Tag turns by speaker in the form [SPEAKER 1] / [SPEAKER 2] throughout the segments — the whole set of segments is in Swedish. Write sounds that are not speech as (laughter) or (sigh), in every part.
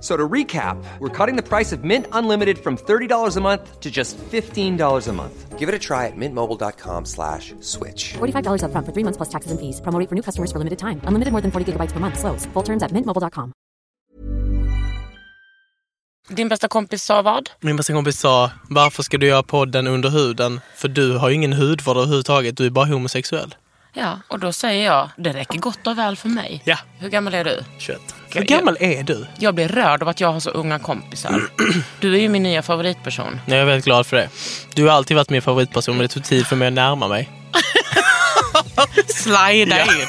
[SPEAKER 1] So to recap, we're cutting the price of Mint Unlimited from $30 a month to just $15 a month. Give it a try at mintmobile.com slash switch.
[SPEAKER 2] $45 upfront for three months plus taxes and fees. Promo rate for new customers for limited time. Unlimited more than 40 gigabytes per month. Slows. Full terms at mintmobile.com.
[SPEAKER 3] Din bästa kompis sa vad?
[SPEAKER 4] Min bästa kompis sa, varför ska du göra podden under huden? För du har ju ingen hudvård överhuvudtaget, du är bara homosexuell.
[SPEAKER 3] Ja, och då säger jag, det räcker gott och väl för mig.
[SPEAKER 4] Ja.
[SPEAKER 3] Hur gammal är du?
[SPEAKER 4] 21. Hur gammal är du?
[SPEAKER 3] Jag blir rörd av att jag har så unga kompisar. (clears throat) Du är ju min nya favoritperson.
[SPEAKER 4] Nej, jag är väldigt glad för det. Du har alltid varit min favoritperson, men det tog tid för mig att närma mig.
[SPEAKER 3] Slida in.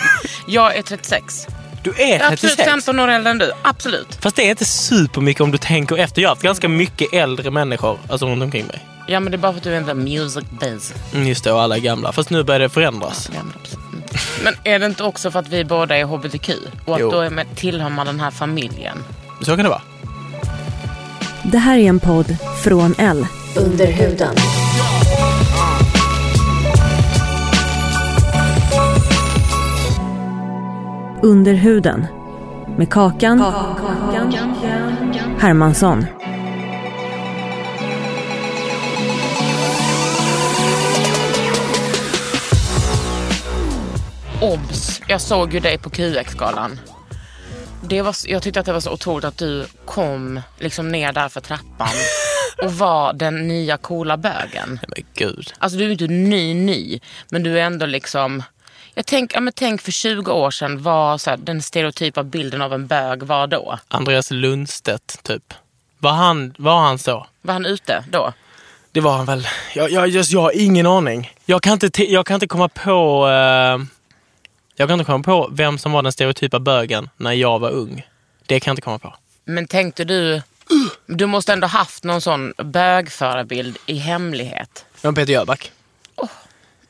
[SPEAKER 3] Jag är 36.
[SPEAKER 4] Du är
[SPEAKER 3] Absolut
[SPEAKER 4] 36.
[SPEAKER 3] 15 år äldre än du. Absolut.
[SPEAKER 4] Fast det är inte supermycket om du tänker efter. Jag har haft ganska mycket äldre människor alltså runt omkring mig.
[SPEAKER 3] Ja, men det är bara för att du är the music biz.
[SPEAKER 4] Mm, Just det, och alla är gamla. Fast nu börjar det förändras.
[SPEAKER 3] Men är det inte också för att vi båda är hbtq? Och att
[SPEAKER 4] Jo.
[SPEAKER 3] då är med, tillhör man den här familjen?
[SPEAKER 4] Så kan det vara.
[SPEAKER 5] Det här är en podd från L.
[SPEAKER 6] Under huden.
[SPEAKER 5] Under huden. Med Kakan, Hermansson.
[SPEAKER 3] Obs! Jag såg ju dig på QX-galan. Det var, s- jag tyckte att det var så otroligt att du kom liksom ner där för trappan och var den nya coola bögen.
[SPEAKER 4] Men gud.
[SPEAKER 3] Alltså du är ju inte ny ny, men du är ändå liksom... Jag tänk, ja, men tänk för 20 år sedan, vad så här, den stereotypa bilden av en bög var då?
[SPEAKER 4] Andreas Lundstedt, typ. Var han, var han så?
[SPEAKER 3] Var han ute då?
[SPEAKER 4] Det var han väl. Jag, jag, just, jag har ingen aning. Jag kan inte, te- jag kan inte komma på... eh, jag kan inte komma på vem som var den stereotypa bögen när jag var ung. Det kan jag inte komma på.
[SPEAKER 3] Men tänkte du... Du måste ändå haft någon sån bögförebild i hemlighet.
[SPEAKER 4] Men Peter Jöback.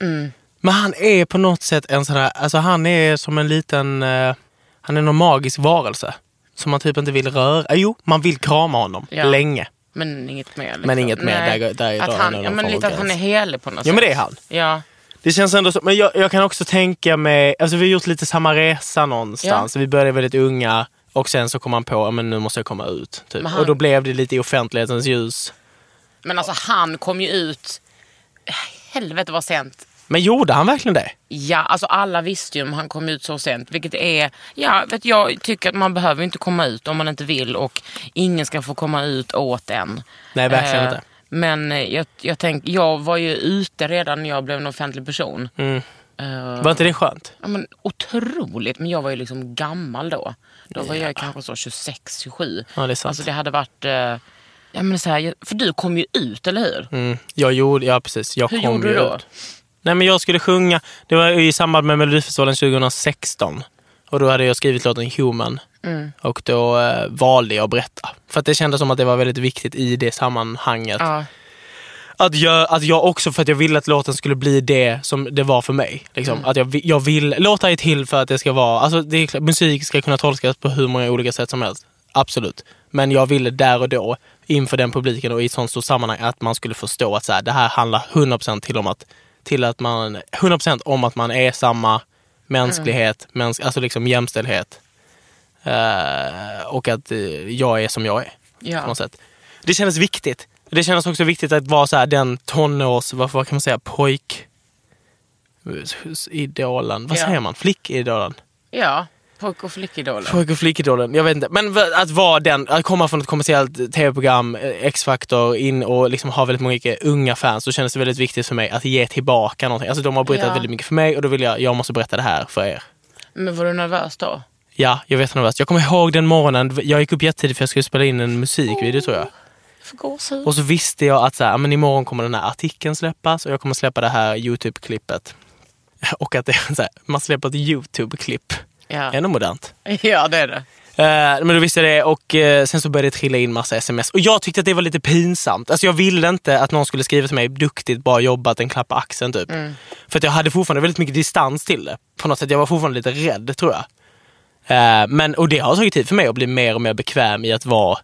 [SPEAKER 4] Mm. Men han är på något sätt en sån här... Alltså han är som en liten... eh, han är någon magisk varelse. Som man typ inte vill röra. Eh, Jo, man vill krama honom.
[SPEAKER 3] Ja.
[SPEAKER 4] Länge.
[SPEAKER 3] Men inget mer. Liksom.
[SPEAKER 4] Men inget mer.
[SPEAKER 3] Nej.
[SPEAKER 4] Där- där
[SPEAKER 3] att
[SPEAKER 4] drar
[SPEAKER 3] han,
[SPEAKER 4] han
[SPEAKER 3] ja,
[SPEAKER 4] någon
[SPEAKER 3] men
[SPEAKER 4] form
[SPEAKER 3] lite
[SPEAKER 4] av
[SPEAKER 3] att han är
[SPEAKER 4] gräns.
[SPEAKER 3] helig på något
[SPEAKER 4] Ja, men
[SPEAKER 3] sätt.
[SPEAKER 4] det är han.
[SPEAKER 3] Ja.
[SPEAKER 4] Det känns ändå så. Men jag, jag kan också tänka mig, alltså vi har gjort lite samma resa någonstans. Vi började väldigt unga och sen så kom man på, ja, men nu måste jag komma ut. Typ.
[SPEAKER 3] Men han-
[SPEAKER 4] Och då blev det lite i offentlighetens ljus.
[SPEAKER 3] Men alltså han kom ju ut... Helvete vad sent.
[SPEAKER 4] Men gjorde han verkligen det?
[SPEAKER 3] Ja, alltså alla visste ju om han kom ut så sent. Vilket är... Ja, vet jag tycker att man behöver ju inte komma ut om man inte vill. Och ingen ska få komma ut åt en.
[SPEAKER 4] Nej, verkligen
[SPEAKER 3] Eh,
[SPEAKER 4] inte.
[SPEAKER 3] Men eh, jag, jag tänkte, jag var ju ute redan när jag blev en offentlig person.
[SPEAKER 4] Mm.
[SPEAKER 3] Eh,
[SPEAKER 4] Var inte det skönt?
[SPEAKER 3] Ja, men otroligt, men jag var ju liksom gammal då. Då var jag kanske så 26, 27.
[SPEAKER 4] Ja, det är sant.
[SPEAKER 3] Alltså det hade varit... eh, ja, men så här, jag- för du kom ju ut, eller hur?
[SPEAKER 4] Mm. Jag gjorde, ja precis. Jag
[SPEAKER 3] Hur
[SPEAKER 4] kom
[SPEAKER 3] gjorde
[SPEAKER 4] ju
[SPEAKER 3] du då?
[SPEAKER 4] ut. Nej men jag skulle sjunga, det var i samband med Melodifestivalen 2016. Och då hade jag skrivit låten Human.
[SPEAKER 3] Mm.
[SPEAKER 4] Och då eh, valde jag att berätta. För att det kändes som att det var väldigt viktigt i det sammanhanget.
[SPEAKER 3] Ja.
[SPEAKER 4] att jag, att jag också, för att jag ville att låten skulle bli det som det var för mig. Liksom. Att jag, vi- jag vill, låtar är till för att det ska vara, alltså det är, klart, musik ska kunna tolkas på hur många olika sätt som helst. Absolut. Men jag ville där och då, inför den publiken och i ett sånt stort sammanhang, att man skulle förstå att så här, det här handlar 100% till om att, till att man, 100% om att man är samma mänsklighet, mäns, alltså liksom jämställdhet. Eh, och att eh, jag är som jag är på
[SPEAKER 3] Ja.
[SPEAKER 4] något sätt. Det kändes viktigt. Det kändes också viktigt att vara så här, den tonårs... Vad, vad kan man säga? Pojk... Idolen. Vad
[SPEAKER 3] Ja.
[SPEAKER 4] säger man? Flickidolen?
[SPEAKER 3] ja. Pojk och flickidoler.
[SPEAKER 4] Pojk och flickidolen. Jag vet inte. Men v- att vara den, att komma från ett kommersiellt tv-program, eh, X-Factor, in och liksom ha väldigt mycket unga fans. Då kändes det väldigt viktigt för mig att ge tillbaka någonting. Alltså de har berättat
[SPEAKER 3] Ja.
[SPEAKER 4] väldigt mycket för mig och då vill jag, jag måste berätta det här för er.
[SPEAKER 3] Men var du nervös då?
[SPEAKER 4] Ja, jag vet vad det var. Jag kommer ihåg den morgonen, jag gick upp jättetidigt för jag skulle spela in en musikvideo tror jag.
[SPEAKER 3] För gåshud.
[SPEAKER 4] Och så visste jag att så här, "Ja, men imorgon kommer den här artikeln släppas och jag kommer släppa det här YouTube-klippet. (laughs) Och att det, är så här, man släpper ett YouTube-klipp.
[SPEAKER 3] Ja.
[SPEAKER 4] Ändå modernt.
[SPEAKER 3] (laughs) ja, det är det.
[SPEAKER 4] Eh, men då visste jag det och eh, sen så började det trilla in massa sms. Och jag tyckte att det var lite pinsamt. Alltså jag ville inte att någon skulle skriva till mig, duktigt, bra jobbat, en klapp på axeln typ. För att jag hade fortfarande väldigt mycket distans till det. På något sätt, jag var fortfarande lite rädd tror jag. Eh, men, och det har tagit tid för mig att bli mer och mer bekväm i att vara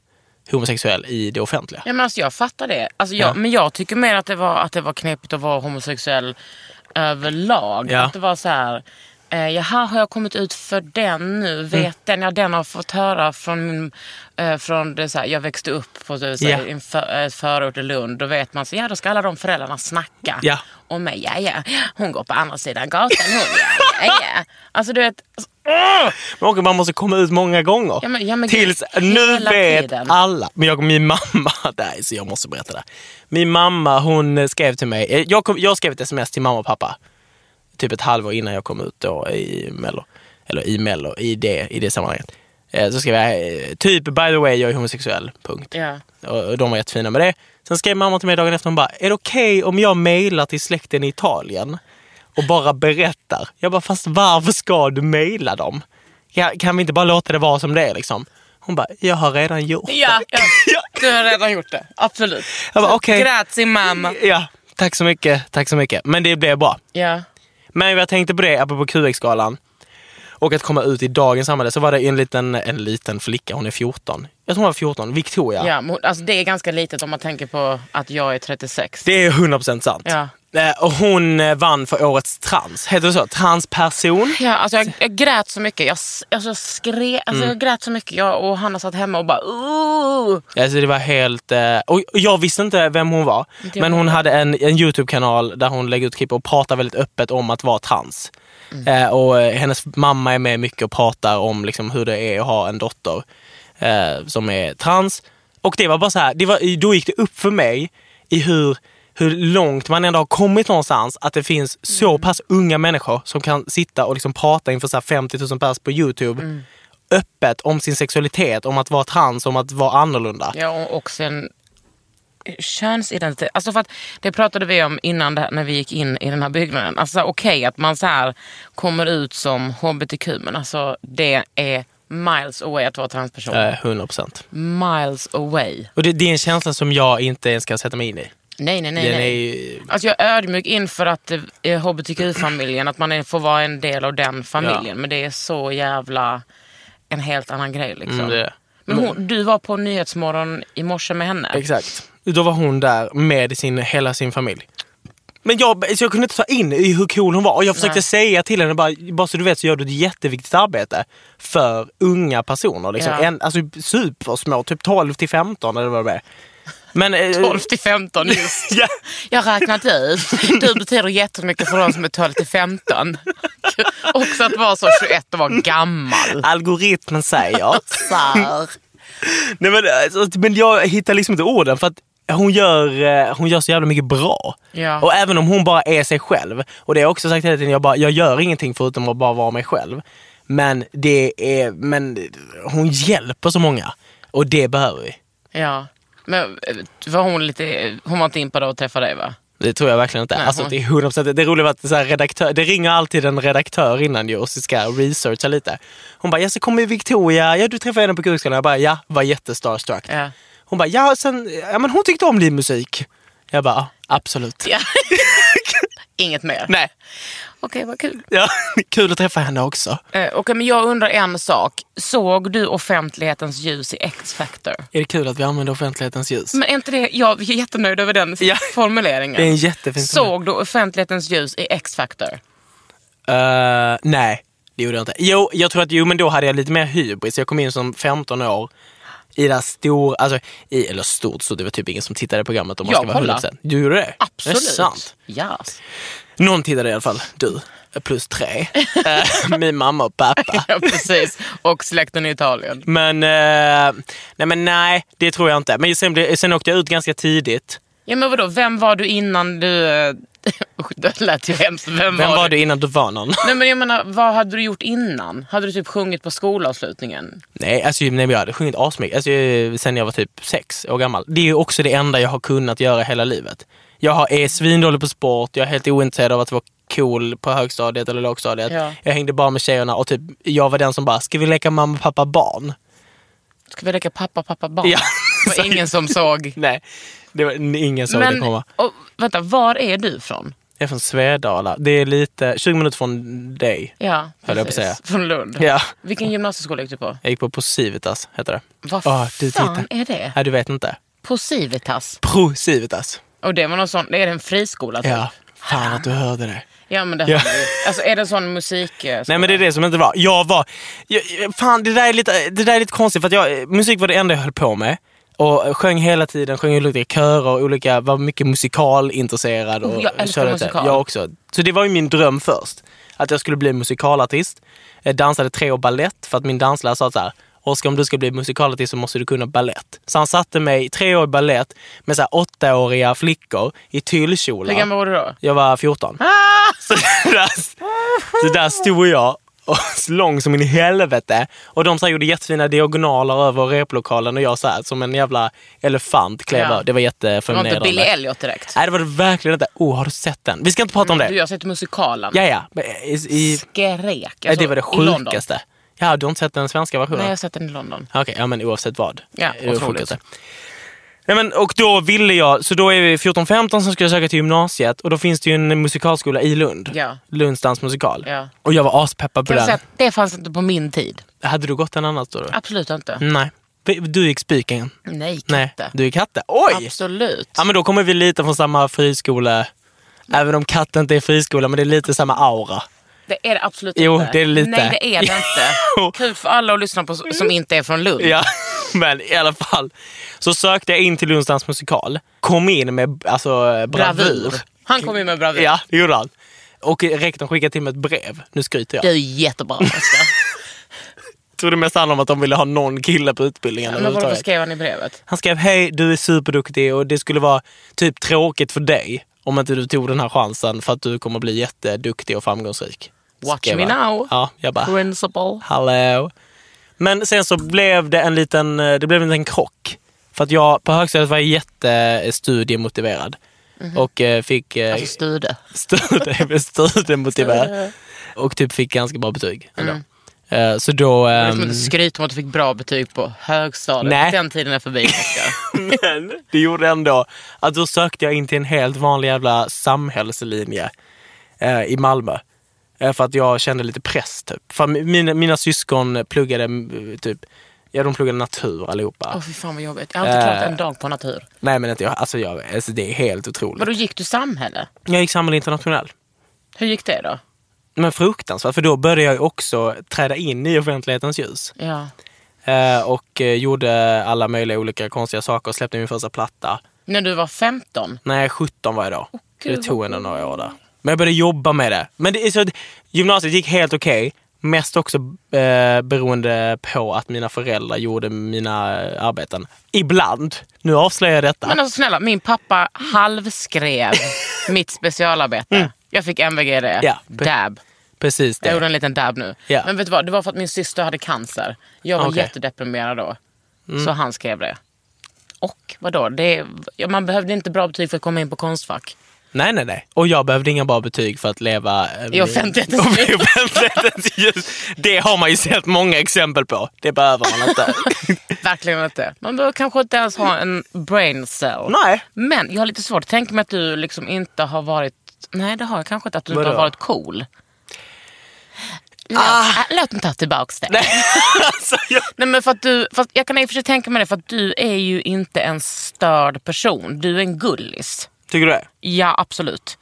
[SPEAKER 4] homosexuell i det offentliga.
[SPEAKER 3] Ja, men alltså, jag fattar det. Alltså, jag,
[SPEAKER 4] Ja.
[SPEAKER 3] Men jag tycker mer att det, var, att det var knepigt att vara homosexuell överlag.
[SPEAKER 4] Ja.
[SPEAKER 3] Att det var så här, eh, jaha har jag kommit ut för den nu?
[SPEAKER 4] Mm.
[SPEAKER 3] Vet den? Ja den har fått höra från, min- eh, från det, så här, jag växte upp på så, så här,
[SPEAKER 4] Ja.
[SPEAKER 3] i en för, eh, förort i Lund. Då vet man så, ja då ska alla de föräldrarna snacka
[SPEAKER 4] Ja.
[SPEAKER 3] om mig. Ja, ja, hon går på andra sidan gatan hon. Ja, ja, ja. Alltså du vet, alltså, åh!
[SPEAKER 4] Och man måste komma ut många gånger.
[SPEAKER 3] Ja, men- ja, men
[SPEAKER 4] Tills
[SPEAKER 3] gud,
[SPEAKER 4] nu
[SPEAKER 3] hela
[SPEAKER 4] vet
[SPEAKER 3] tiden.
[SPEAKER 4] alla. Men jag, min mamma, (laughs) nej, så jag måste berätta det. Min mamma hon eh, skrev till mig, eh, jag, kom, jag skrev ett sms till mamma och pappa. Typ ett halvår innan jag kom ut då i Mello. Eller i Mello, i det, i det sammanhanget. Eh, Så skrev jag eh, typ by the way jag är homosexuell, punkt.
[SPEAKER 3] ja.
[SPEAKER 4] Och och de var jättefina med det. Sen skrev mamma till mig dagen efter, hon bara, är det okej om jag mejlar till släkten i Italien och bara berättar? Jag bara, fast varför ska du mejla dem? Ja, kan vi inte bara låta det vara som det är liksom? Hon bara, jag har redan gjort det.
[SPEAKER 3] Ja, ja, du har redan gjort det. Absolut.
[SPEAKER 4] Jag bara, okej.
[SPEAKER 3] Grazie mamma.
[SPEAKER 4] Ja, tack så mycket, tack så mycket. Men det blev bra.
[SPEAKER 3] Ja.
[SPEAKER 4] Men jag tänkte på det, apropå QX-galan och att komma ut i dagens samhälle, så var det en liten, en liten flicka, hon är 14. Jag tror hon var 14, Victoria.
[SPEAKER 3] Ja, men alltså det är ganska litet om man tänker på att jag är 36.
[SPEAKER 4] Det är 100% sant.
[SPEAKER 3] Ja.
[SPEAKER 4] Eh, Och hon eh, vann för årets trans, heter det så? Transperson?
[SPEAKER 3] Ja, alltså jag, jag grät så mycket. Jag, s- alltså jag, skre, alltså jag grät så mycket. Jag och Hanna satt hemma och bara "Ooh."
[SPEAKER 4] Alltså det var helt... eh, Och och jag visste inte vem hon var.
[SPEAKER 3] Inte jag
[SPEAKER 4] Men hon hade en, en YouTube-kanal där hon lägger ut klipp och pratar väldigt öppet om att vara trans. Eh, Och eh, hennes mamma är med mycket och pratar om liksom hur det är att ha en dotter eh, som är trans. Och det var bara så här, det var, då gick det upp för mig i hur, hur långt man ändå har kommit någonstans. Att det finns
[SPEAKER 3] Mm.
[SPEAKER 4] så pass unga människor som kan sitta och liksom prata inför så här 50 000 pers på YouTube.
[SPEAKER 3] Mm.
[SPEAKER 4] öppet om sin sexualitet, om att vara trans, om att vara annorlunda.
[SPEAKER 3] Ja, och, och sen könsidentitet. Alltså för att det pratade vi om innan det, här- när vi gick in i den här byggnaden. Alltså okej att man så här kommer ut som hbtq men alltså det är miles away att vara transperson.
[SPEAKER 4] Eh, 100%.
[SPEAKER 3] Miles away.
[SPEAKER 4] Och det, det är en känsla som jag inte ens kan sätta mig in i.
[SPEAKER 3] Nej, nej, nej.
[SPEAKER 4] Den är
[SPEAKER 3] nej.
[SPEAKER 4] ju,
[SPEAKER 3] Alltså jag är ödmjuk inför att eh, eh, hbtq-familjen, att man är, får vara en del av den familjen.
[SPEAKER 4] Ja.
[SPEAKER 3] Men det är så jävla en helt annan grej liksom.
[SPEAKER 4] mm, det är det.
[SPEAKER 3] Men hon, du var på Nyhetsmorgon i morse med henne.
[SPEAKER 4] Exakt. Då var hon där med sin, hela sin familj. Men jag, så jag kunde inte ta in i hur cool hon var och jag försökte
[SPEAKER 3] Nej.
[SPEAKER 4] säga till henne bara, bara så du vet så gör du ett jätteviktigt arbete för unga personer. Liksom.
[SPEAKER 3] Ja.
[SPEAKER 4] En, alltså supersmå, typ 12 till 15 eller vad det är. Men, eh,
[SPEAKER 3] 12 till 15 just.
[SPEAKER 4] (laughs) ja,
[SPEAKER 3] Jag har räknat ut. Du betyder jättemycket för de som är 12 till 15. Också att vara så 21 och vara gammal. (laughs)
[SPEAKER 4] algoritmen säger.
[SPEAKER 3] Så här.
[SPEAKER 4] Nej, men, alltså, men jag hittar liksom inte orden för att hon gör, eh, hon gör så jävla mycket bra.
[SPEAKER 3] Ja.
[SPEAKER 4] Och även om hon bara är sig själv. Och det har jag också sagt hela tiden, jag, bara, jag gör ingenting förutom att bara vara mig själv. Men, det är, men hon hjälper så många. Och det behöver vi.
[SPEAKER 3] Ja. Men eh, var hon, lite, hon var inte impad av att träffa dig va?
[SPEAKER 4] Det tror jag verkligen inte.
[SPEAKER 3] Nej,
[SPEAKER 4] alltså,
[SPEAKER 3] hon-
[SPEAKER 4] det, är 100%, det roliga var att så här, redaktör, det ringer alltid en redaktör innan ju och så ska jag researcha lite. Hon bara, ja så kommer Victoria, ja du träffade henne på Kungsgatan. Jag bara, ja, var jättestarstruck.
[SPEAKER 3] Ja.
[SPEAKER 4] Hon bara, ja, sen, ja men hon tyckte om din musik. Jag bara, ja,
[SPEAKER 3] (laughs)
[SPEAKER 4] absolut.
[SPEAKER 3] ja. Inget mer?
[SPEAKER 4] Nej.
[SPEAKER 3] Okej, vad kul.
[SPEAKER 4] Ja, (laughs) kul att träffa henne också.
[SPEAKER 3] Eh, Okej, men jag undrar en sak. Såg du offentlighetens ljus i X-Factor?
[SPEAKER 4] Är det kul att vi använder offentlighetens ljus?
[SPEAKER 3] Men är inte det, jag är jättenöjd över den
[SPEAKER 4] Ja.
[SPEAKER 3] formuleringen.
[SPEAKER 4] det är en jättefin
[SPEAKER 3] Såg du offentlighetens ljus i X-Factor?
[SPEAKER 4] Eh, nej, det gjorde jag inte. Jo, jag tror att, jo, men då hade jag lite mer hybris. Jag kom in som 15 år i det här stor, alltså, i, eller stort, så det var typ ingen som tittade i programmet om man
[SPEAKER 3] Jag
[SPEAKER 4] ska vara
[SPEAKER 3] kollar.
[SPEAKER 4] 100%. Du gjorde det?
[SPEAKER 3] Absolut.
[SPEAKER 4] Det är sant.
[SPEAKER 3] Yes.
[SPEAKER 4] Någon tittade i alla fall, du.
[SPEAKER 3] (laughs)
[SPEAKER 4] Plus tre. Eh, min mamma och pappa.
[SPEAKER 3] Ja, precis. Och släkten i Italien.
[SPEAKER 4] Men, eh, nej, men nej, det tror jag inte. Men sen, blev- sen åkte jag ut ganska tidigt.
[SPEAKER 3] Ja men vadå, vem var du innan du... eh, (laughs) Usch, det lät ju hemskt. Vem,
[SPEAKER 4] Vem var du innan du var någon?
[SPEAKER 3] Nej men jag menar, vad hade du gjort innan? Hade du typ sjungit på skolavslutningen?
[SPEAKER 4] Nej, alltså, nej, men jag hade sjungit asmycket alltså, eh, sen jag var typ sex år gammal. Det är ju också det enda jag har kunnat göra hela livet. Jag har, är svindålig på sport, jag är helt ointresserad av att vara cool på högstadiet eller lågstadiet.
[SPEAKER 3] Ja.
[SPEAKER 4] Jag hängde bara med tjejerna och typ, jag var den som bara, ska vi leka mamma, pappa, barn?
[SPEAKER 3] Ska vi leka pappa, pappa, barn?
[SPEAKER 4] Ja. (laughs)
[SPEAKER 3] Det var ingen som såg.
[SPEAKER 4] Nej, det var ingen som det komma.
[SPEAKER 3] och, vänta, var är du från?
[SPEAKER 4] Jag är från Svedala. Det är lite, 20 minuter från dig.
[SPEAKER 3] Ja,
[SPEAKER 4] Höll jag på att
[SPEAKER 3] precis. Från Lund.
[SPEAKER 4] Ja.
[SPEAKER 3] Vilken gymnasieskola gick du på?
[SPEAKER 4] Jag gick på Posivitas, heter det.
[SPEAKER 3] Vad
[SPEAKER 4] Ah, du
[SPEAKER 3] fan
[SPEAKER 4] tittar.
[SPEAKER 3] är det?
[SPEAKER 4] Nej, du vet inte.
[SPEAKER 3] På Civitas.
[SPEAKER 4] Prosivitas.
[SPEAKER 3] Och det var någon sån, är det en friskola typ?
[SPEAKER 4] Ja. Fan att du hörde det.
[SPEAKER 3] ja men det
[SPEAKER 4] Ja.
[SPEAKER 3] ja. Alltså är det en sån eh, musikskola?
[SPEAKER 4] Nej men det är det som inte var. Jag var... Jag, jag- fan det där är lite, det där är lite konstigt för att jag, musik var det enda jag höll på med. Och sjöng hela tiden, sjöng i olika körer och olika, var mycket musikalintresserad. Och
[SPEAKER 3] Oh, jag älskar
[SPEAKER 4] körde lite-
[SPEAKER 3] musikal.
[SPEAKER 4] Jag också. Så det var ju min dröm först. Att jag skulle bli musikalartist. Jag dansade tre år ballett för att min danslärare sa så här. Oskar om du ska bli musikalartist så måste du kunna ballett. Så han satte mig tre år i ballett med så här åttaåriga flickor i tyllkjolar.
[SPEAKER 3] Hur gammal var du då?
[SPEAKER 4] Jag var 14.
[SPEAKER 3] Ah!
[SPEAKER 4] (laughs) Så, där, så där stod jag och (laughs) lång som in i helvete. Och de så här gjorde jättefina diagonaler över replokalen och jag så här, som en jävla elefant klev
[SPEAKER 3] Ja.
[SPEAKER 4] över. Det var
[SPEAKER 3] Det var inte
[SPEAKER 4] jätteförnedrande.
[SPEAKER 3] Billy Elliot direkt?
[SPEAKER 4] Nej det var det verkligen inte. Oh, har du sett den? Vi ska inte prata om
[SPEAKER 3] Mm, Du,
[SPEAKER 4] det.
[SPEAKER 3] jag har sett musikalen.
[SPEAKER 4] Ja, ja. men I, i,
[SPEAKER 3] Skrek.
[SPEAKER 4] ja, det
[SPEAKER 3] Alltså,
[SPEAKER 4] var det
[SPEAKER 3] i London.
[SPEAKER 4] sjukaste. Ja, du har inte sett den svenska versionen?
[SPEAKER 3] Nej, jag har sett den i London.
[SPEAKER 4] Okej, ja men oavsett vad.
[SPEAKER 3] Ja,
[SPEAKER 4] Det var
[SPEAKER 3] otroligt.
[SPEAKER 4] sjukt. Nej, men, och då ville jag, så då är vi 14-15 som ska söka till gymnasiet och då finns det ju en musikalskola i Lund.
[SPEAKER 3] Ja.
[SPEAKER 4] Lunds dansmusikal.
[SPEAKER 3] Ja.
[SPEAKER 4] Och jag var aspeppad på
[SPEAKER 3] Kan jag
[SPEAKER 4] den.
[SPEAKER 3] säga att det fanns inte på min tid.
[SPEAKER 4] Hade du gått en annars då?
[SPEAKER 3] Absolut inte.
[SPEAKER 4] Nej. V- Du gick Spyken?
[SPEAKER 3] Nej,
[SPEAKER 4] Mm. Nej.
[SPEAKER 3] katte.
[SPEAKER 4] Du gick Katte? Oj!
[SPEAKER 3] Absolut.
[SPEAKER 4] Ja men då kommer vi lite från samma friskola. Även om Katte inte är friskola, men det är lite samma aura.
[SPEAKER 3] Det är det absolut
[SPEAKER 4] Jo,
[SPEAKER 3] inte.
[SPEAKER 4] det är lite.
[SPEAKER 3] Nej, det är det
[SPEAKER 4] (laughs) Jo. Mm.
[SPEAKER 3] inte. Kul för alla att lyssna på som inte är från Lund.
[SPEAKER 4] Ja, (laughs) men i alla fall. Så sökte jag in till Lunds dansmusikal. Kom in med alltså, bravur.
[SPEAKER 3] Bravur. Han kom ju med bravur.
[SPEAKER 4] Ja, det gjorde han. Och rektorn skickade till mig ett brev. Nu skryter jag.
[SPEAKER 3] Du är jättebra
[SPEAKER 4] (laughs)
[SPEAKER 3] Oskar.
[SPEAKER 4] Jag tror det mest handlade om att de ville ha någon kille på utbildningen
[SPEAKER 3] Men varför
[SPEAKER 4] överhuvudtaget.
[SPEAKER 3] skrev han i brevet?
[SPEAKER 4] Han skrev hej, du är superduktig och det skulle vara typ tråkigt för dig om inte du tog den här chansen för att du kommer bli jätteduktig och framgångsrik.
[SPEAKER 3] Watch
[SPEAKER 4] Skrev
[SPEAKER 3] me
[SPEAKER 4] han.
[SPEAKER 3] now.
[SPEAKER 4] Ja, jag bara
[SPEAKER 3] Principal. Alltså,
[SPEAKER 4] Hallå. Men sen så blev det en liten, eh, det blev en liten krock. För att jag på högstadiet var jag jättestudiemotiverad. Och eh, fick eh,
[SPEAKER 3] Mhm. Alltså stude.
[SPEAKER 4] (laughs) studie, studiemotiverad. Och typ fick ganska bra betyg. ändå. Eh, Så då...
[SPEAKER 3] Det är (laughs)
[SPEAKER 4] ehm,
[SPEAKER 3] som att du skryter om att du fick bra betyg på högstadiet.
[SPEAKER 4] Nej.
[SPEAKER 3] Den tiden är
[SPEAKER 4] (laughs)
[SPEAKER 3] förbi Oskar.
[SPEAKER 4] men det gjorde ändå att då sökte jag in till en helt vanlig jävla samhällslinje eh, i Malmö. Eh, för att jag kände lite press typ. För mi- mina, mina syskon pluggade mm, typ, ja de pluggade natur allihopa.
[SPEAKER 3] Åh fy fan vad jobbigt. Jag har inte klarat
[SPEAKER 4] Eh.
[SPEAKER 3] en dag på natur.
[SPEAKER 4] Nej men inte jag, alltså, jag, alltså det är helt otroligt.
[SPEAKER 3] Men då gick du samhälle?
[SPEAKER 4] Jag gick samhälle internationell.
[SPEAKER 3] Hur gick det då?
[SPEAKER 4] Men fruktansvärt, för då började jag ju också träda in i offentlighetens ljus.
[SPEAKER 3] Ja.
[SPEAKER 4] Eh, och eh, gjorde alla möjliga olika konstiga saker. Släppte min första platta.
[SPEAKER 3] När du var 15?
[SPEAKER 4] Nej, 17 var jag då.
[SPEAKER 3] gud,
[SPEAKER 4] det tog
[SPEAKER 3] vad
[SPEAKER 4] ändå några år där. Men jag började jobba med det. Men det, är så, att gymnasiet gick helt okej. Mest också eh, beroende på att mina föräldrar gjorde mina eh, arbeten. Ibland. Nu avslöjar jag detta.
[SPEAKER 3] Men alltså snälla, min pappa
[SPEAKER 4] (laughs)
[SPEAKER 3] halvskrev mitt specialarbete. Jag fick MVG i det.
[SPEAKER 4] Mm. Ja.
[SPEAKER 3] Dab.
[SPEAKER 4] Precis
[SPEAKER 3] Jag gjorde
[SPEAKER 4] det.
[SPEAKER 3] en liten dab nu.
[SPEAKER 4] Ja.
[SPEAKER 3] Men vet du vad, det var för att min syster hade cancer. Jag var
[SPEAKER 4] Okej. Mm.
[SPEAKER 3] jättedeprimerad då. Så han skrev det. Och vadå, det, ja, man behövde inte bra betyg för att komma in på Konstfack.
[SPEAKER 4] Nej, nej, nej. Och jag behövde inga bra betyg för att leva... eh,
[SPEAKER 3] I offentlighetens
[SPEAKER 4] Och
[SPEAKER 3] ljus.
[SPEAKER 4] (laughs) i offentlighetens ljus. Det har man ju sett många exempel på. Det behöver man inte.
[SPEAKER 3] (laughs) Verkligen inte. Man behöver kanske inte ens ha en brain cell.
[SPEAKER 4] nej.
[SPEAKER 3] Men jag har lite svårt att tänka mig att du liksom inte har varit... Nej, det har jag kanske inte. Att du inte
[SPEAKER 4] Vadå?
[SPEAKER 3] har varit cool. Låt,
[SPEAKER 4] Ah.
[SPEAKER 3] äh, låt mig ta tillbaka det. Nej.
[SPEAKER 4] Alltså, jag...
[SPEAKER 3] men för att du, fast jag kan i och för sig tänka mig det, för att du är ju inte en störd person. Du är en gullis.
[SPEAKER 4] Tycker du det?
[SPEAKER 3] Ja, absolut.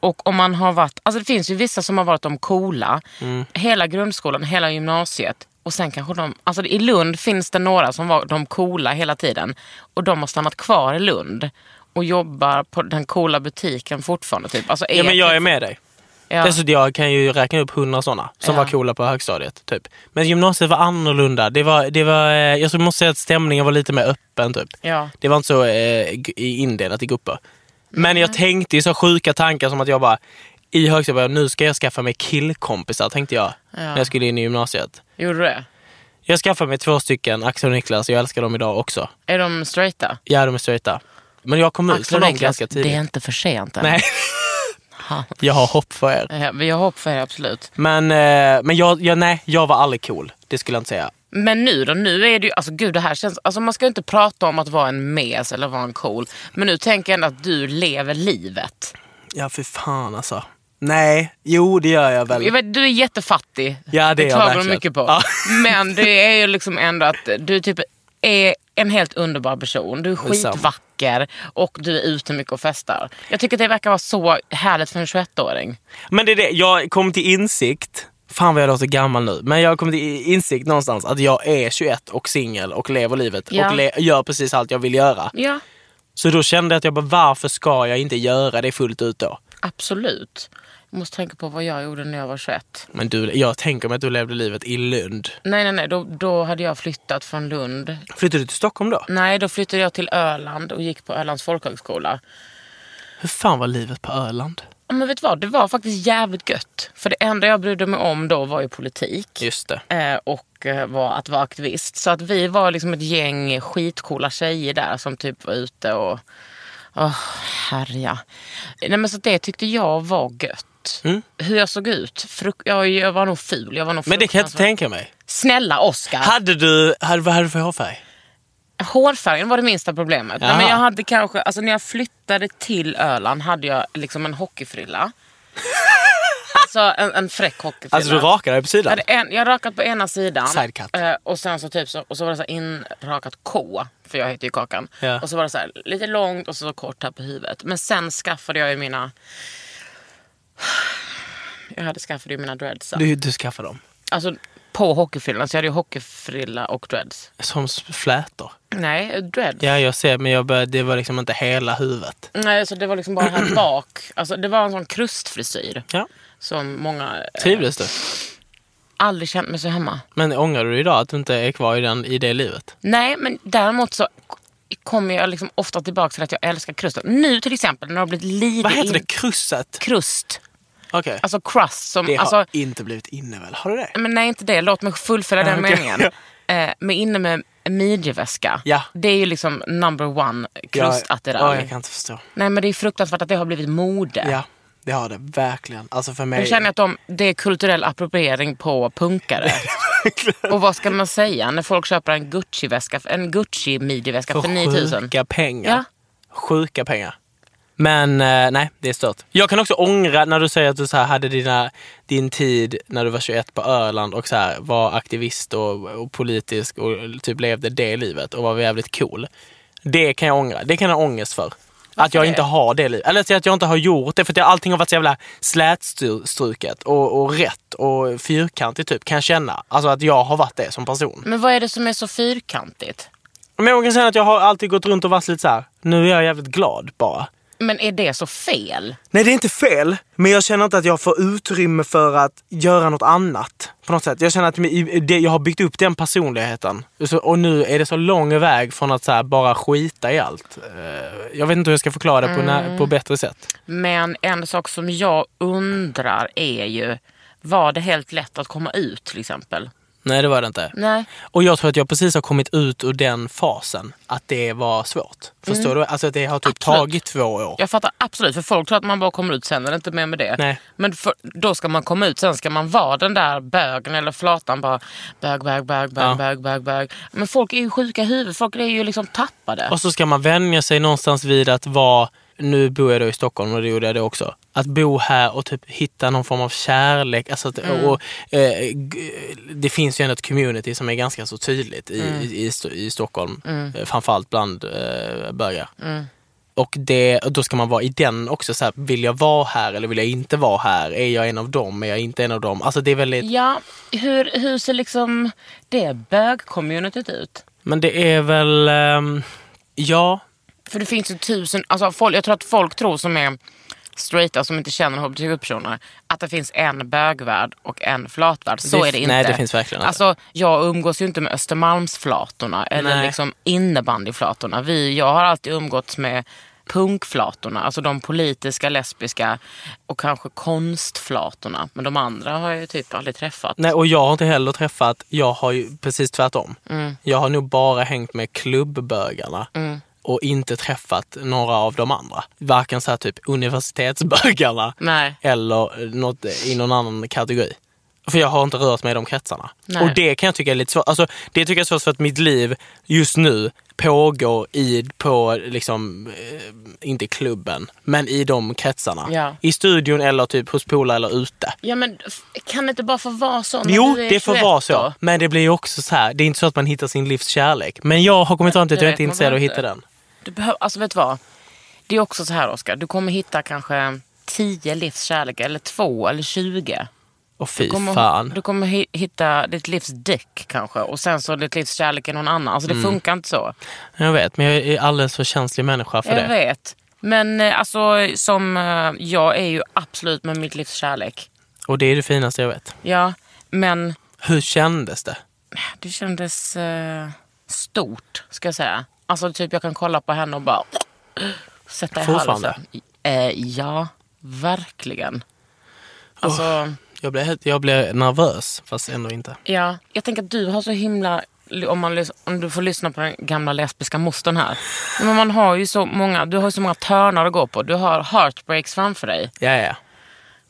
[SPEAKER 3] Och om man har varit, alltså det finns ju vissa som har varit de coola,
[SPEAKER 4] Mm.
[SPEAKER 3] hela grundskolan, hela gymnasiet. Och sen kanske de, alltså i Lund finns det några som var de coola hela tiden. Och de har stannat kvar i Lund och jobbar på den coola butiken fortfarande. Typ. Alltså, är,
[SPEAKER 4] Ja, men jag är med dig.
[SPEAKER 3] Ja.
[SPEAKER 4] Dessutom jag kan ju räkna upp hundra sådana som
[SPEAKER 3] Ja.
[SPEAKER 4] var coola på högstadiet. Typ. Men gymnasiet var annorlunda. Det var, det var, eh, jag tror- måste säga att stämningen var lite mer öppen. Typ.
[SPEAKER 3] Ja.
[SPEAKER 4] Det var inte så eh, g- indelat i grupper. Men jag tänkte ju så sjuka tankar som att jag bara i högstadiet, bara, nu ska jag skaffa mig killkompisar tänkte jag. När jag skulle in i gymnasiet.
[SPEAKER 3] Gjorde du det?
[SPEAKER 4] Jag skaffade mig två stycken, Axel och Niklas, och jag älskar dem idag också.
[SPEAKER 3] Är de straighta?
[SPEAKER 4] Ja, de är straighta. Men jag kom ut
[SPEAKER 3] Axel
[SPEAKER 4] från
[SPEAKER 3] och
[SPEAKER 4] dem
[SPEAKER 3] Niklas,
[SPEAKER 4] ganska
[SPEAKER 3] det är
[SPEAKER 4] tidigt.
[SPEAKER 3] inte för sent än. (laughs)
[SPEAKER 4] Nej. jag har hopp för er.
[SPEAKER 3] Eh, Vi har hopp för er, absolut.
[SPEAKER 4] Men, eh, men jag, jag, nej, jag var aldrig cool. Det skulle jag inte säga.
[SPEAKER 3] Men nu då? Nu är det ju, alltså gud det här känns, alltså man ska ju inte prata om att vara en mes eller vara en cool. Men nu tänker jag ändå att du lever livet.
[SPEAKER 4] Ja, för fan alltså. Nej, jo det gör jag väl.
[SPEAKER 3] Jag vet, du är jättefattig.
[SPEAKER 4] Ja, det är jag
[SPEAKER 3] klagar du
[SPEAKER 4] verkligen.
[SPEAKER 3] mycket på.
[SPEAKER 4] Ja.
[SPEAKER 3] (laughs) Men det är ju liksom ändå att du typ är en helt underbar person. Du är
[SPEAKER 4] Detsamma.
[SPEAKER 3] skitvacker och du är ute mycket och festar. Jag tycker att det verkar vara så härligt för en 21-åring.
[SPEAKER 4] Men det är det, jag kom till insikt. Fan vad jag låter gammal nu. Men jag kom till insikt någonstans att jag är 21 och singel och lever livet
[SPEAKER 3] Ja.
[SPEAKER 4] och le- gör precis allt jag vill göra.
[SPEAKER 3] Ja,
[SPEAKER 4] Så då kände jag att jag bara, varför ska jag inte göra det fullt ut då?
[SPEAKER 3] absolut. Jag måste tänka på vad jag gjorde när jag var 21.
[SPEAKER 4] Men du, jag tänker mig att du levde livet i Lund.
[SPEAKER 3] Nej, nej, nej. Då, då hade jag flyttat från Lund.
[SPEAKER 4] Flyttade du till Stockholm då?
[SPEAKER 3] Nej, då flyttade jag till Öland och gick på Ölands folkhögskola.
[SPEAKER 4] Hur fan var livet på Öland?
[SPEAKER 3] Ja, Men vet du vad? Det var faktiskt jävligt gött. För det enda jag brydde mig om då var ju politik.
[SPEAKER 4] Just det.
[SPEAKER 3] eh, och eh, var att vara aktivist. Så att vi var liksom ett gäng skitcoola tjejer där som typ var ute och oh, härja. Nej, men så att det tyckte jag var gött. Hur jag såg ut. Fruk- jag, jag var nog ful. Jag var nog
[SPEAKER 4] Mm. Men det kan jag inte
[SPEAKER 3] fruktansvärt-
[SPEAKER 4] tänka mig.
[SPEAKER 3] Snälla Oscar!
[SPEAKER 4] Hade du, hade, vad hade du för hårfärg?
[SPEAKER 3] Hårfärgen var det minsta problemet. Nej,
[SPEAKER 4] Jaha.
[SPEAKER 3] men jag hade kanske, alltså när jag flyttade till Öland hade jag liksom en
[SPEAKER 4] (laughs)
[SPEAKER 3] hockeyfrilla. alltså en, en fräck hockeyfrilla.
[SPEAKER 4] Alltså du rakade dig på
[SPEAKER 3] Jag,
[SPEAKER 4] sidan?
[SPEAKER 3] hade en, jag har rakat på ena sidan
[SPEAKER 4] Sidecut.
[SPEAKER 3] eh, och sen så typ så, och så var det så här inrakat K, för jag heter ju Kakan.
[SPEAKER 4] Ja.
[SPEAKER 3] Och så var det så här, lite långt och så kort här på huvudet. Men sen skaffade jag ju mina... Jag hade skaffade ju mina dreads.
[SPEAKER 4] Du, du skaffade dem?
[SPEAKER 3] Alltså på hockeyfrillan, så jag hade ju hockeyfrilla och dreads.
[SPEAKER 4] Som s- flätor?
[SPEAKER 3] Nej, dreads.
[SPEAKER 4] Ja jag ser men jag började, det var liksom inte hela huvudet.
[SPEAKER 3] Nej, så det var liksom bara
[SPEAKER 4] (clears throat)
[SPEAKER 3] här bak. Alltså, det var en sån krustfrisyr
[SPEAKER 4] Ja.
[SPEAKER 3] som många eh,
[SPEAKER 4] Trivdes du?
[SPEAKER 3] aldrig känt mig så hemma.
[SPEAKER 4] Men ångrar du idag att du inte är kvar i, den, i det livet?
[SPEAKER 3] Nej, men däremot så kommer jag liksom ofta tillbaka till att jag älskar krustet. Nu till exempel när det har blivit lite...
[SPEAKER 4] Vad heter
[SPEAKER 3] in-
[SPEAKER 4] det? Krusset?
[SPEAKER 3] Krust.
[SPEAKER 4] Okej.
[SPEAKER 3] Alltså crust. Som,
[SPEAKER 4] det har
[SPEAKER 3] alltså,
[SPEAKER 4] inte blivit inne väl? Har du det?
[SPEAKER 3] men nej, inte det. Låt mig fullfölja
[SPEAKER 4] (laughs)
[SPEAKER 3] den
[SPEAKER 4] okej.
[SPEAKER 3] meningen. Eh, med inne med midjeväska.
[SPEAKER 4] Ja.
[SPEAKER 3] Det är ju liksom number one
[SPEAKER 4] Ja,
[SPEAKER 3] krustattiralj.
[SPEAKER 4] jag kan inte förstå.
[SPEAKER 3] Nej, men det är fruktansvärt att det har blivit mode.
[SPEAKER 4] Ja, det har det verkligen. Alltså för mig...
[SPEAKER 3] Jag
[SPEAKER 4] (laughs)
[SPEAKER 3] känner att de, det är kulturell appropriering på punkare. och vad ska man säga när folk köper en Gucci-väska, en Gucci-midjeväska för, 9000?
[SPEAKER 4] sjuka pengar.
[SPEAKER 3] Ja.
[SPEAKER 4] Sjuka pengar. Men eh, nej, det är stört. Jag kan också ångra när du säger att du så här hade dina, din tid när du var 21 på Öland och så här var aktivist och, och politisk och typ levde det livet och var jävligt cool. Det kan jag ångra. Det kan jag ha ångest för. Att jag
[SPEAKER 3] det?
[SPEAKER 4] inte har det livet. Eller att jag inte har gjort det för att jag- allting har varit så jävla slätstruket och, och rätt och fyrkantigt typ kan jag känna. Alltså att jag har varit det som person.
[SPEAKER 3] Men vad är det som är så fyrkantigt?
[SPEAKER 4] Men jag kan säga att jag har alltid gått runt och varit lite så här. nu är jag jävligt glad bara.
[SPEAKER 3] Men är det så fel?
[SPEAKER 4] Nej det är inte fel, men jag känner inte att jag får utrymme för att göra något annat. På något sätt. Jag känner att i- det- jag har byggt upp den personligheten. Så- Och nu är det så lång väg från att så här bara skita i allt. Eh, Jag vet inte hur jag ska förklara det på, nä- på bättre sätt.
[SPEAKER 3] Men en sak som jag undrar är ju, var det helt lätt att komma ut till exempel?
[SPEAKER 4] Nej det var det inte.
[SPEAKER 3] Nej.
[SPEAKER 4] Och jag tror att jag precis har kommit ut ur den fasen. Att det var svårt. Förstår du? Alltså att det har typ
[SPEAKER 3] Absolut.
[SPEAKER 4] tagit två år.
[SPEAKER 3] Jag fattar absolut, för folk tror att man bara kommer ut sen, är det inte mer med det.
[SPEAKER 4] Nej.
[SPEAKER 3] Men för, då ska man komma ut, sen ska man vara den där bögen eller flatan bara bög, bög, bög, bög,
[SPEAKER 4] Ja.
[SPEAKER 3] bög, bög, bög. Men folk är ju sjuka i huvudet, folk är ju liksom tappade.
[SPEAKER 4] (laughs) Och så ska man vänja sig någonstans vid att vara, nu bor jag då i Stockholm och det gjorde jag det också, att bo här och typ hitta någon form av kärlek. Alltså att, och, eh, g- det finns ju ändå ett community som är ganska så tydligt i, i, i, Sto- i Stockholm, eh, framförallt bland eh, bögar. Och det, och då ska man vara i den också, så här, vill jag vara här eller vill jag inte vara här? Är jag en av dem? Är jag inte en av dem? Alltså det är väldigt
[SPEAKER 3] Ja, hur, hur ser liksom det bög-communityt ut?
[SPEAKER 4] Men det är väl, ehm, ja,
[SPEAKER 3] För det finns ju tusen, alltså folk, jag tror att folk tror som är straighta som inte känner hbtq-personer att det finns en bögvärld och en flatvärld. Så
[SPEAKER 4] Det-
[SPEAKER 3] är det inte.
[SPEAKER 4] nej, det finns verkligen inte.
[SPEAKER 3] Alltså, jag umgås ju inte med Östermalmsflatorna eller
[SPEAKER 4] Nej.
[SPEAKER 3] liksom innebandyflatorna. Vi, jag har alltid umgåtts med punkflatorna, alltså de politiska, lesbiska och kanske konstflatorna. Men de andra har jag ju typ aldrig träffat.
[SPEAKER 4] Nej, och jag har inte heller träffat, jag har ju precis tvärtom.
[SPEAKER 3] Mm.
[SPEAKER 4] Jag har nog bara hängt med klubbbögarna och inte träffat några av de andra. Varken så här typ universitetsbögarna
[SPEAKER 3] Nej.
[SPEAKER 4] eller något i någon annan kategori. För jag har inte rört mig i de kretsarna.
[SPEAKER 3] Nej.
[SPEAKER 4] Och det kan jag tycka är lite svårt. Alltså, det tycker jag är svårt för att mitt liv just nu pågår i, på, liksom, eh, inte klubben, men i de kretsarna.
[SPEAKER 3] Ja.
[SPEAKER 4] I studion eller typ hos polare eller ute.
[SPEAKER 3] Ja men f- kan det inte bara få vara så? när
[SPEAKER 4] Jo,
[SPEAKER 3] du Mm. är
[SPEAKER 4] det får
[SPEAKER 3] 21
[SPEAKER 4] vara så.
[SPEAKER 3] då?
[SPEAKER 4] Men det blir ju också så här. det är inte så att man hittar sin livs kärlek. Men jag har kommit fram till att
[SPEAKER 3] Det
[SPEAKER 4] jag
[SPEAKER 3] vet
[SPEAKER 4] inte är
[SPEAKER 3] man
[SPEAKER 4] intresserad av
[SPEAKER 3] väl
[SPEAKER 4] att hitta
[SPEAKER 3] inte.
[SPEAKER 4] den.
[SPEAKER 3] Du behöver, alltså vet du vad? Det är också så här Oskar, du kommer hitta kanske 10 livs kärlek eller två eller 20.
[SPEAKER 4] Och fy
[SPEAKER 3] Kommer,
[SPEAKER 4] fan.
[SPEAKER 3] Du kommer hi- hitta ditt livs däck kanske och sen så ditt livs kärlek är någon annan. Alltså det
[SPEAKER 4] Mm.
[SPEAKER 3] funkar inte så.
[SPEAKER 4] Jag vet, men jag är alldeles för känslig människa för
[SPEAKER 3] jag
[SPEAKER 4] det.
[SPEAKER 3] vet. Men eh, alltså som, eh, jag är ju absolut med mitt livs kärlek.
[SPEAKER 4] Och det är det finaste jag vet.
[SPEAKER 3] Ja, men
[SPEAKER 4] Hur kändes det?
[SPEAKER 3] det kändes eh, stort ska jag säga. Alltså typ jag kan kolla på henne och bara sätta i
[SPEAKER 4] Fortfarande?
[SPEAKER 3] halsen. Eh, ja, verkligen. Alltså...
[SPEAKER 4] Jag blev, helt- jag blev nervös, fast ändå inte.
[SPEAKER 3] Ja, jag tänker att du har så himla... Om, man, lys- om du får lyssna på den gamla lesbiska mostern här. Nej, Men man har ju så många, du har ju så många törnar att gå på. Du har heartbreaks framför dig.
[SPEAKER 4] Ja, ja.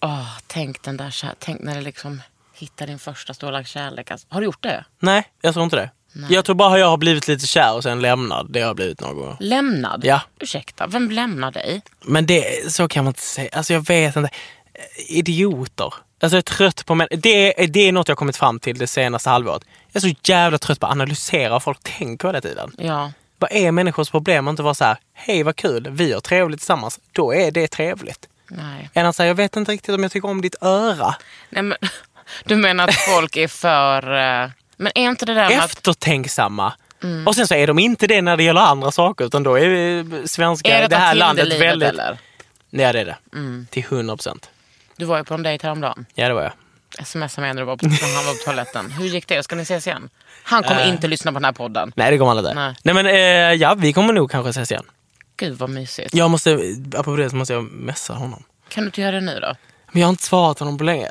[SPEAKER 3] Åh, tänk, den där, kär- tänk när du liksom hittar din första stora kärlek. Alltså, har du gjort det?
[SPEAKER 4] Nej, jag tror inte det. Jag tror bara jag har blivit lite kär och sen lämnad. Det har jag blivit någon gång.
[SPEAKER 3] Lämnad?
[SPEAKER 4] Ja.
[SPEAKER 3] Ursäkta, vem lämnar dig?
[SPEAKER 4] Men det, så kan man inte säga. Alltså jag vet inte. Eh, Idioter. Alltså jag är trött på män. Det, är- det är något jag har kommit fram till det senaste halvåret. Jag är så jävla trött på att analysera vad folk tänker hela tiden.
[SPEAKER 3] Ja.
[SPEAKER 4] Vad är människors problem? Och inte vara så här, hej vad kul, vi har trevligt tillsammans. Då är det trevligt.
[SPEAKER 3] Nej.
[SPEAKER 4] Än att säga, jag vet inte riktigt om jag tycker om ditt öra.
[SPEAKER 3] Nej men, (laughs) du menar att folk är för... eh, Men är inte det där med att... Mm.
[SPEAKER 4] Eftertänksamma. Och sen så är de inte det när det gäller andra saker utan då är eh, svenskar
[SPEAKER 3] Är
[SPEAKER 4] i
[SPEAKER 3] det
[SPEAKER 4] det här
[SPEAKER 3] detta
[SPEAKER 4] landet
[SPEAKER 3] Tinder-livet,
[SPEAKER 4] väldigt...
[SPEAKER 3] eller? Mm.
[SPEAKER 4] Ja det är det. Till 100 procent.
[SPEAKER 3] Du var ju på en dejt häromdagen.
[SPEAKER 4] Ja det var jag.
[SPEAKER 3] smsade mig när, du var på, när han var på toaletten. Hur gick det? Ska ni ses igen? Han kommer
[SPEAKER 4] Eh.
[SPEAKER 3] inte lyssna på den här podden.
[SPEAKER 4] Nej det kommer aldrig.
[SPEAKER 3] Nej.
[SPEAKER 4] Nej. Nej men eh, ja, vi kommer nog kanske ses igen.
[SPEAKER 3] Gud vad mysigt.
[SPEAKER 4] Jag måste, apropå det så måste jag messa honom.
[SPEAKER 3] Kan du inte göra det nu då?
[SPEAKER 4] Men jag har inte svarat honom på länge.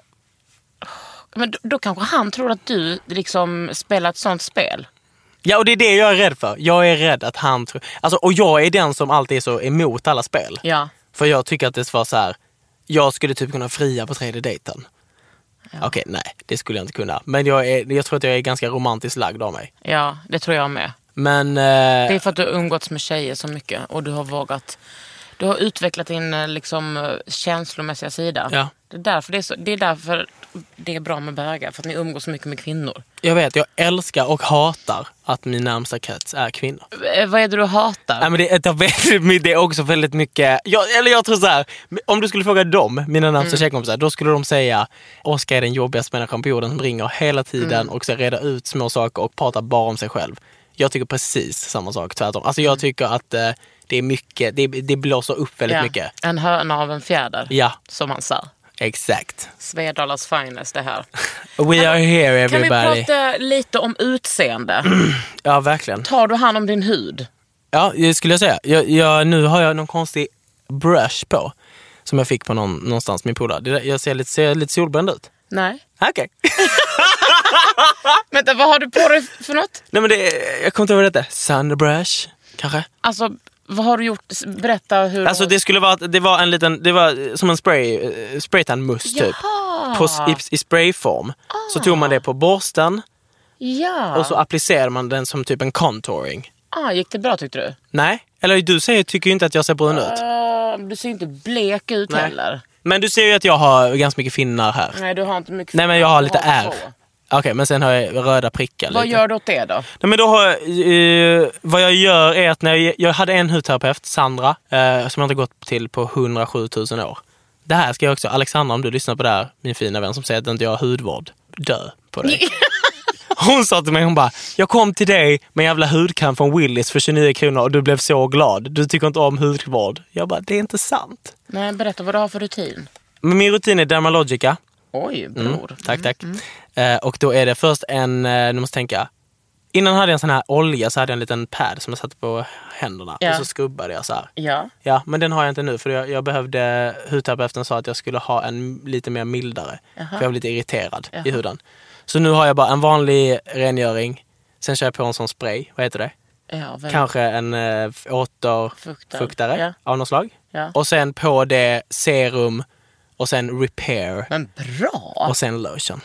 [SPEAKER 3] Men då, då kanske han tror att du liksom spelar ett sånt spel.
[SPEAKER 4] Ja och det är det jag är rädd för. Jag är rädd att han tror... Alltså, och jag är den som alltid är så emot alla spel.
[SPEAKER 3] Ja.
[SPEAKER 4] För jag tycker att det var så här. jag skulle typ kunna fria på tredje dejten. Okej, nej det skulle jag inte kunna. Men jag, är, jag tror att jag är ganska romantiskt lagd av mig.
[SPEAKER 3] Ja, det tror jag med.
[SPEAKER 4] Men... eh,
[SPEAKER 3] Det är för att du har umgåtts med tjejer så mycket och du har vågat. Du har utvecklat din eh, liksom, eh, känslomässiga sida.
[SPEAKER 4] Ja.
[SPEAKER 3] Det, är därför det, är så, det är därför det är bra med bögar, för att ni umgås så mycket med kvinnor.
[SPEAKER 4] Jag vet, jag älskar och hatar att min närmsta krets är kvinnor.
[SPEAKER 3] Eh, Vad är det du hatar?
[SPEAKER 4] Nej, men det, jag vet, men det är också väldigt mycket, jag, eller jag tror så här, om du skulle fråga dem, mina närmsta
[SPEAKER 3] Mm.
[SPEAKER 4] tjejkompisar, då skulle de säga Oskar är den jobbigaste människan på jorden som ringer hela tiden
[SPEAKER 3] Mm.
[SPEAKER 4] och ska reda ut små saker och pratar bara om sig själv. Jag tycker precis samma sak, tvärtom. Alltså
[SPEAKER 3] Mm.
[SPEAKER 4] jag tycker att eh, det är mycket, det, det blåser upp väldigt
[SPEAKER 3] Ja.
[SPEAKER 4] mycket.
[SPEAKER 3] En höna av en fjäder,
[SPEAKER 4] Ja,
[SPEAKER 3] som man sa.
[SPEAKER 4] exakt.
[SPEAKER 3] Svedalas finest det här.
[SPEAKER 4] We are here
[SPEAKER 3] Kan vi
[SPEAKER 4] everybody.
[SPEAKER 3] prata lite om utseende?
[SPEAKER 4] Ja, verkligen.
[SPEAKER 3] Tar du hand om din hud?
[SPEAKER 4] Ja, det skulle jag säga. Jag, jag, nu har jag någon konstig brush på. Som jag fick på någon, någonstans, min polare. Det där- Jag ser lite, ser jag lite solbränd ut.
[SPEAKER 3] Nej.
[SPEAKER 4] Okej.
[SPEAKER 3] Vänta, vad har du på dig för något?
[SPEAKER 4] (laughs) Nej men det, jag kommer inte ihåg vad det hette. Sunbrush, kanske?
[SPEAKER 3] Alltså, vad har du gjort? S- Berätta hur...
[SPEAKER 4] Alltså det skulle vara, att det var en liten, det var som en spray, eh, spraytan-mousse typ. På, s- i, I sprayform. Så tog man det på borsten
[SPEAKER 3] Ja.
[SPEAKER 4] och så applicerade man den som typ en contouring.
[SPEAKER 3] Ah, gick det bra tyckte du?
[SPEAKER 4] Nej? Eller du säger, tycker ju inte att jag ser brun ut.
[SPEAKER 3] Ah, du ser inte blek ut
[SPEAKER 4] Nej.
[SPEAKER 3] heller.
[SPEAKER 4] Men du ser ju att jag har ganska mycket finnar här.
[SPEAKER 3] Nej, du har inte mycket...
[SPEAKER 4] Nej men jag har lite
[SPEAKER 3] Du
[SPEAKER 4] ärr.
[SPEAKER 3] två.
[SPEAKER 4] Okej, men sen har jag röda prickar.
[SPEAKER 3] Vad
[SPEAKER 4] lite.
[SPEAKER 3] gör du åt det då?
[SPEAKER 4] Nej, men då har jag, eh, vad jag gör är att när jag, jag hade en hudterapeut, Sandra, eh, som jag inte gått till på 107 000 år. Det här ska jag också, Alexandra om du lyssnar på det här, min fina vän som säger att inte jag har hudvård, dö på dig. (laughs) Hon sa till mig, hon bara, jag kom till dig med en jävla hudkräm från Willys för 29 kronor och du blev så glad. Du tycker inte om hudvård. Jag bara, det är inte sant.
[SPEAKER 3] Nej, berätta vad du har för rutin.
[SPEAKER 4] Men min rutin är Dermalogica.
[SPEAKER 3] Oj,
[SPEAKER 4] Mm.
[SPEAKER 3] bror.
[SPEAKER 4] Tack, tack. Eh, och då är det först en, eh, nu måste jag tänka. Innan hade jag en sån här olja, så hade jag en liten pad som jag satte på händerna
[SPEAKER 3] Ja.
[SPEAKER 4] och så skubbade jag så här.
[SPEAKER 3] Ja.
[SPEAKER 4] Ja, men den har jag inte nu för jag, jag behövde, hudterapeuten sa att jag skulle ha en lite mer mildare. För jag var lite irriterad i huden. Så nu har jag bara en vanlig rengöring, sen kör jag på en sån spray, vad heter det?
[SPEAKER 3] ja väl.
[SPEAKER 4] Kanske en äh, återfuktare
[SPEAKER 3] Fuktare. Ja.
[SPEAKER 4] av något slag.
[SPEAKER 3] Ja.
[SPEAKER 4] Och sen på det serum och sen repair
[SPEAKER 3] Men bra!
[SPEAKER 4] och sen lotion.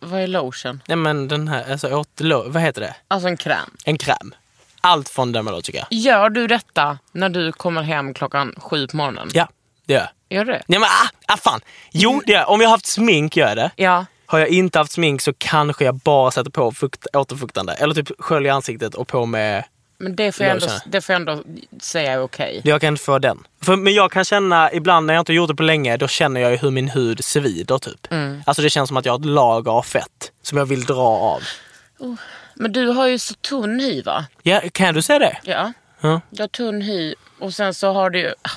[SPEAKER 3] Vad är lotion?
[SPEAKER 4] Nej men den här, alltså åter, lo- vad heter det?
[SPEAKER 3] Alltså en kräm.
[SPEAKER 4] En kräm. Allt från Dermalogica.
[SPEAKER 3] Gör du detta när du kommer hem klockan sju på morgonen?
[SPEAKER 4] Ja, det gör jag.
[SPEAKER 3] Gör du det?
[SPEAKER 4] Nej men ah, ah fan! Jo, det gör jag. Om jag har haft smink gör jag det.
[SPEAKER 3] Ja.
[SPEAKER 4] Har jag inte haft smink så kanske jag bara sätter på fukt, återfuktande. Eller typ sköljer i ansiktet och på med...
[SPEAKER 3] Men det får jag ändå,
[SPEAKER 4] Lotion.
[SPEAKER 3] det får jag ändå säga är okej.
[SPEAKER 4] Jag kan inte få den. För, men jag kan känna ibland när jag inte gjort det på länge, då känner jag ju hur min hud svider typ.
[SPEAKER 3] Mm.
[SPEAKER 4] Alltså det känns som att jag har ett lager av fett som jag vill dra av.
[SPEAKER 3] Men du har ju så tunn hy va?
[SPEAKER 4] Ja, kan du säga det?
[SPEAKER 3] Ja.
[SPEAKER 4] Ja.
[SPEAKER 3] Du har tunn hy och sen så har du ju... ah,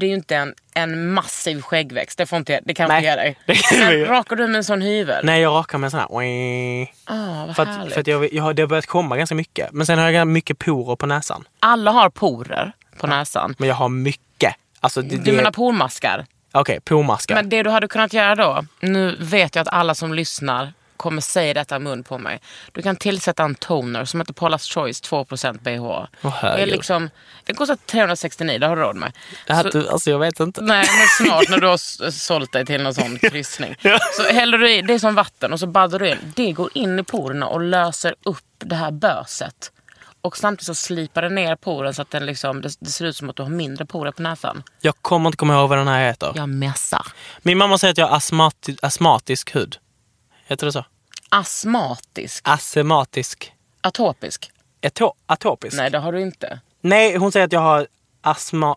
[SPEAKER 3] Det är ju inte en, en massiv skäggväxt. Det, får inte, det kan
[SPEAKER 4] Nej,
[SPEAKER 3] inte ge dig.
[SPEAKER 4] (laughs) det kan det
[SPEAKER 3] Men
[SPEAKER 4] inte.
[SPEAKER 3] rakar du med en sån hyvel?
[SPEAKER 4] Nej, jag rakar med en sån här...
[SPEAKER 3] Ah, vad
[SPEAKER 4] För att,
[SPEAKER 3] härligt.
[SPEAKER 4] för att jag, jag, har- det har börjat komma ganska mycket. Men sen har jag ganska mycket porer på näsan.
[SPEAKER 3] Alla har porer på näsan.
[SPEAKER 4] Men jag har mycket. Alltså, det,
[SPEAKER 3] Du
[SPEAKER 4] det,
[SPEAKER 3] menar pormaskar?
[SPEAKER 4] Okej, pormaskar.
[SPEAKER 3] Men det du hade kunnat göra då, nu vet jag att alla som lyssnar kommer säga detta i mun på mig. Du kan tillsätta en toner som heter Paula's Choice 2% BH.
[SPEAKER 4] Åh,
[SPEAKER 3] det, är
[SPEAKER 4] herregud.
[SPEAKER 3] liksom, det kostar 369, det har du råd med.
[SPEAKER 4] det här, du, alltså, jag vet inte.
[SPEAKER 3] Nej, men snart när du har s- sålt dig till någon
[SPEAKER 4] (laughs)
[SPEAKER 3] sån kryssning. Så häller du i, det är som vatten och så baddar du in. Det går in i porerna och löser upp det här böset. Och samtidigt så slipar det ner poren så att den liksom, det, det ser ut som att du har mindre porer på näsan.
[SPEAKER 4] Jag kommer inte komma ihåg vad den här heter.
[SPEAKER 3] Jag mässar.
[SPEAKER 4] Min mamma säger att jag har astmati- astmatisk hud. Heter det så?
[SPEAKER 3] Astmatisk.
[SPEAKER 4] Astmatisk.
[SPEAKER 3] Atopisk.
[SPEAKER 4] Eto- atopisk?
[SPEAKER 3] Nej, det har du inte.
[SPEAKER 4] Nej, hon säger att jag har astma...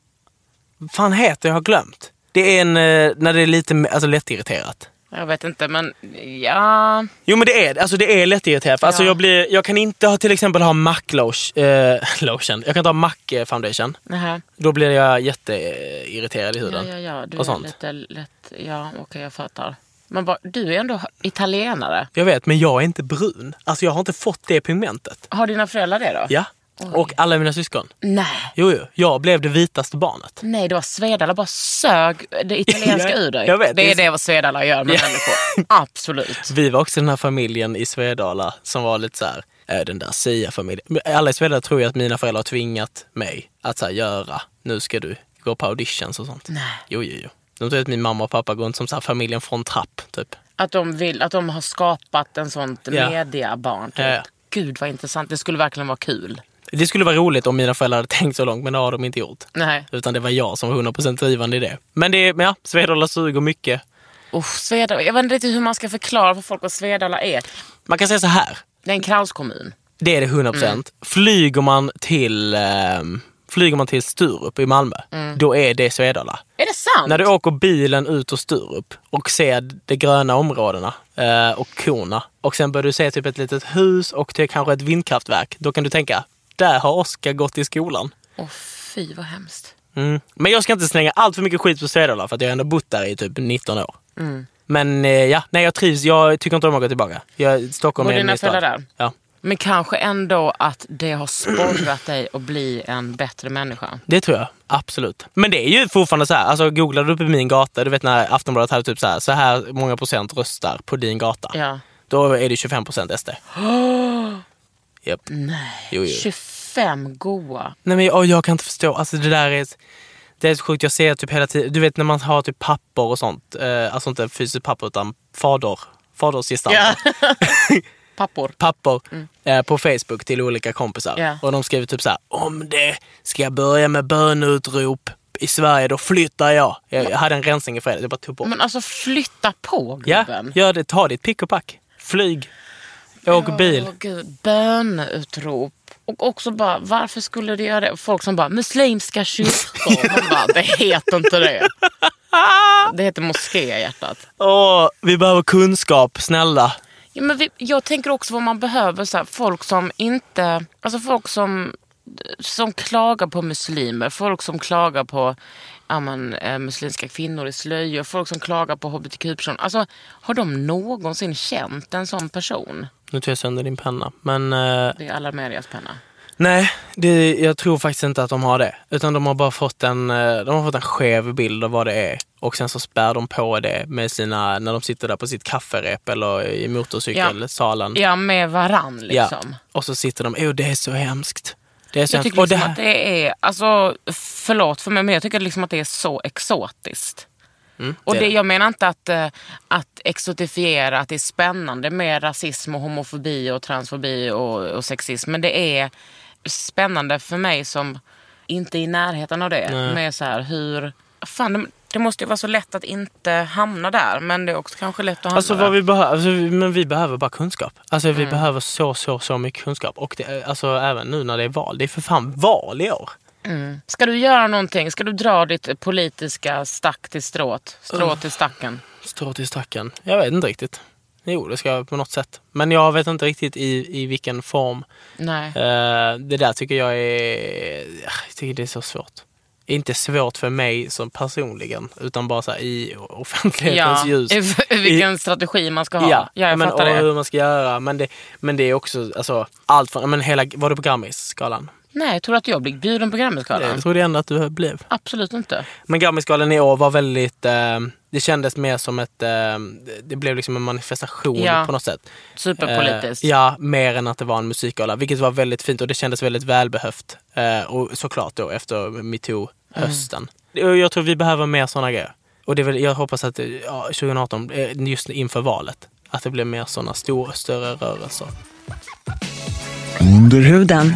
[SPEAKER 4] Vad fan heter det? jag? har glömt. Det är en, eh, när det är lite me- alltså, lättirriterat.
[SPEAKER 3] Jag vet inte, men ja...
[SPEAKER 4] Jo men det är alltså det är lättirriterat. För Alltså,
[SPEAKER 3] Ja.
[SPEAKER 4] jag, blir, jag kan inte ha, till exempel ha mack-lotion. Eh, lotion. jag kan inte ha mack-foundation.
[SPEAKER 3] Nähä.
[SPEAKER 4] Då blir jag jätteirriterad i
[SPEAKER 3] Ja,
[SPEAKER 4] huden.
[SPEAKER 3] ja, ja. Du
[SPEAKER 4] och
[SPEAKER 3] är
[SPEAKER 4] sånt.
[SPEAKER 3] lite lätt... Ja, okej, jag fattar. Men bara, du är ändå italienare.
[SPEAKER 4] Jag vet, men jag är inte brun. Alltså jag har inte fått det pigmentet.
[SPEAKER 3] Har dina föräldrar det då?
[SPEAKER 4] Ja. Och alla mina syskon.
[SPEAKER 3] Nej.
[SPEAKER 4] Jo, jo. Jag blev det vitaste barnet.
[SPEAKER 3] Nej, det var Svedala. Bara sög det italienska
[SPEAKER 4] Ja,
[SPEAKER 3] ur dig.
[SPEAKER 4] jag vet.
[SPEAKER 3] det är det vad Svedala gör med
[SPEAKER 4] (laughs)
[SPEAKER 3] människor. Absolut.
[SPEAKER 4] Vi var också den här familjen i Svedala som var lite så här, "Äh, den där Sia-familjen. Men eh, Alla i Svedala tror ju att mina föräldrar har tvingat mig att så här, göra, nu ska du gå på auditions och sånt.
[SPEAKER 3] Nej.
[SPEAKER 4] Jo, jo, jo. De tror att min mamma och pappa går runt som så här, familjen från Trapp, typ.
[SPEAKER 3] Att de, vill, att de har skapat en sånt
[SPEAKER 4] Ja.
[SPEAKER 3] mediabarn. Typ.
[SPEAKER 4] Ja, ja.
[SPEAKER 3] Gud vad intressant. Det skulle verkligen vara kul.
[SPEAKER 4] Det skulle vara roligt om mina föräldrar hade tänkt så långt, men det har de inte gjort.
[SPEAKER 3] Nej.
[SPEAKER 4] Utan det var jag som var 100% drivande i det. Men det är, men ja, Svedala suger mycket.
[SPEAKER 3] Usch, Svedala. Jag vet inte riktigt hur man ska förklara för folk vad Svedala är.
[SPEAKER 4] Man kan säga så här,
[SPEAKER 3] Det är en kranskommun.
[SPEAKER 4] Det är det 100%. Flyger, man till, ehm, flyger man till Sturup i Malmö, då är det Svedala.
[SPEAKER 3] Är det sant?
[SPEAKER 4] När du åker bilen ut ur Sturup och ser de gröna områdena eh, och korna och sen börjar du se typ ett litet hus och det är kanske ett vindkraftverk. Då kan du tänka, där har Oskar gått i skolan.
[SPEAKER 3] Åh fy vad hemskt.
[SPEAKER 4] Mm. Men jag ska inte slänga allt för mycket skit på Svedala för att jag har ändå bott där i typ 19 år.
[SPEAKER 3] Mm.
[SPEAKER 4] Men eh, ja, nej jag trivs. Jag tycker inte om att gå tillbaka. Jag, Stockholm
[SPEAKER 3] Bor
[SPEAKER 4] är en
[SPEAKER 3] dina
[SPEAKER 4] ny stad.
[SPEAKER 3] föräldrar där?
[SPEAKER 4] Ja.
[SPEAKER 3] Men kanske ändå att det har sporrat dig att bli en bättre människa.
[SPEAKER 4] Det tror jag, absolut. Men det är ju fortfarande så här, alltså googlar du på min gata, du vet när Aftonbladet hade typ så här, så här många procent röstar på din gata.
[SPEAKER 3] Ja.
[SPEAKER 4] Då är det 25 procent SD. (gasps) Japp.
[SPEAKER 3] Nej.
[SPEAKER 4] Jo, jo.
[SPEAKER 3] 25 goa.
[SPEAKER 4] Nej men jag, jag kan inte förstå, alltså det där är, ett- det är så sjukt, jag ser typ hela tiden, du vet när man har typ papper och sånt, eh, alltså inte fysiskt papper utan fader, fadersgestalter. (laughs)
[SPEAKER 3] Ja. Pappor.
[SPEAKER 4] papper eh, på Facebook till olika kompisar.
[SPEAKER 3] Mm. Ja.
[SPEAKER 4] Och de skriver typ så här, om det ska börja med böneutrop i Sverige, då flyttar jag. Jag, jag hade en rensning i fredags, jag bara tog bort.
[SPEAKER 3] Men alltså flytta på
[SPEAKER 4] ja,
[SPEAKER 3] gubben.
[SPEAKER 4] gör det, ta ditt pick och pack. Flyg. Åk bil.
[SPEAKER 3] Åh, gud. Böneutrop. Och också bara, varför skulle du göra det? Folk som bara, muslimska kyrkor. Man bara, det heter inte
[SPEAKER 4] (laughs)
[SPEAKER 3] det. Det heter moské hjärtat.
[SPEAKER 4] Åh, vi behöver kunskap, snälla.
[SPEAKER 3] Ja, men vi, jag tänker också vad man behöver. Så här, folk som inte... Alltså folk som, som klagar på muslimer. Folk som klagar på ja, men, eh, muslimska kvinnor i slöjor. Folk som klagar på hbtq-personer. Alltså, har de någonsin känt en sån person?
[SPEAKER 4] Nu tar jag sönder din penna. Men eh,
[SPEAKER 3] Det är alla medias penna.
[SPEAKER 4] nej, det, jag tror faktiskt inte att de har det. Utan de har bara fått en, eh, de har fått en skev bild av vad det är. Och sen så spär de på det med sina, när de sitter där på sitt kafferep eller i motorcykelsalen.
[SPEAKER 3] Ja, med varann
[SPEAKER 4] Mm. Ja.
[SPEAKER 3] liksom.
[SPEAKER 4] Och så sitter de, åh det är så hemskt. Det är så
[SPEAKER 3] Jag
[SPEAKER 4] hemskt.
[SPEAKER 3] tycker
[SPEAKER 4] Och det
[SPEAKER 3] liksom
[SPEAKER 4] här,
[SPEAKER 3] att det är, alltså, förlåt för mig, men jag tycker liksom att det är så exotiskt. och
[SPEAKER 4] Mm, det
[SPEAKER 3] det,
[SPEAKER 4] är det.
[SPEAKER 3] Jag menar inte att, eh, att exotifiera, att det är spännande med rasism och homofobi och transfobi och, och sexism. Men det är spännande för mig som inte är i närheten av det. Med så här, hur, fan, det, det måste ju vara så lätt att inte hamna där. Men det är också kanske lätt att hamna
[SPEAKER 4] Alltså
[SPEAKER 3] där.
[SPEAKER 4] vad vi behöver, alltså, vi- men vi behöver bara kunskap. Alltså
[SPEAKER 3] Mm.
[SPEAKER 4] vi behöver så, så, så mycket kunskap. Och det, alltså även nu när det är val. Det är för fan val i år.
[SPEAKER 3] Mm. Ska du göra någonting? Ska du dra ditt politiska stack till strået? Strå till stacken?
[SPEAKER 4] Strå till stacken. Jag vet inte riktigt. Jo, det ska jag på något sätt. Men jag vet inte riktigt i, i vilken form.
[SPEAKER 3] Nej.
[SPEAKER 4] Eh, det där tycker jag är... Jag tycker det är så svårt. Inte svårt för mig som personligen, utan bara så här, i
[SPEAKER 3] (laughs)
[SPEAKER 4] offentlighetens ljus.
[SPEAKER 3] i- Vilken strategi man ska ha. Ja,
[SPEAKER 4] Ja,
[SPEAKER 3] jag
[SPEAKER 4] men, och
[SPEAKER 3] fattar det.
[SPEAKER 4] hur man ska göra. Men det, men det är också alltså, allt från, men hela, var du på Grammisgalan?
[SPEAKER 3] Nej, tror du att jag blev bjuden på Grammisgalan?
[SPEAKER 4] Jag trodde ändå att du blev.
[SPEAKER 3] Absolut inte.
[SPEAKER 4] Men Grammisgalan i år var väldigt, eh, det kändes mer som ett, eh, det blev liksom en manifestation
[SPEAKER 3] Ja.
[SPEAKER 4] på något sätt.
[SPEAKER 3] Superpolitiskt.
[SPEAKER 4] Eh, ja, mer än att det var en musikgala, vilket var väldigt fint och det kändes väldigt välbehövt. Eh, och såklart då efter metoo-hösten. Mm. Och Jag tror vi behöver mer sådana grejer. Och det är väl, jag hoppas att eh, ja, 2018, eh, just inför valet, att det blir mer sådana stora, större rörelser.
[SPEAKER 5] Under huden.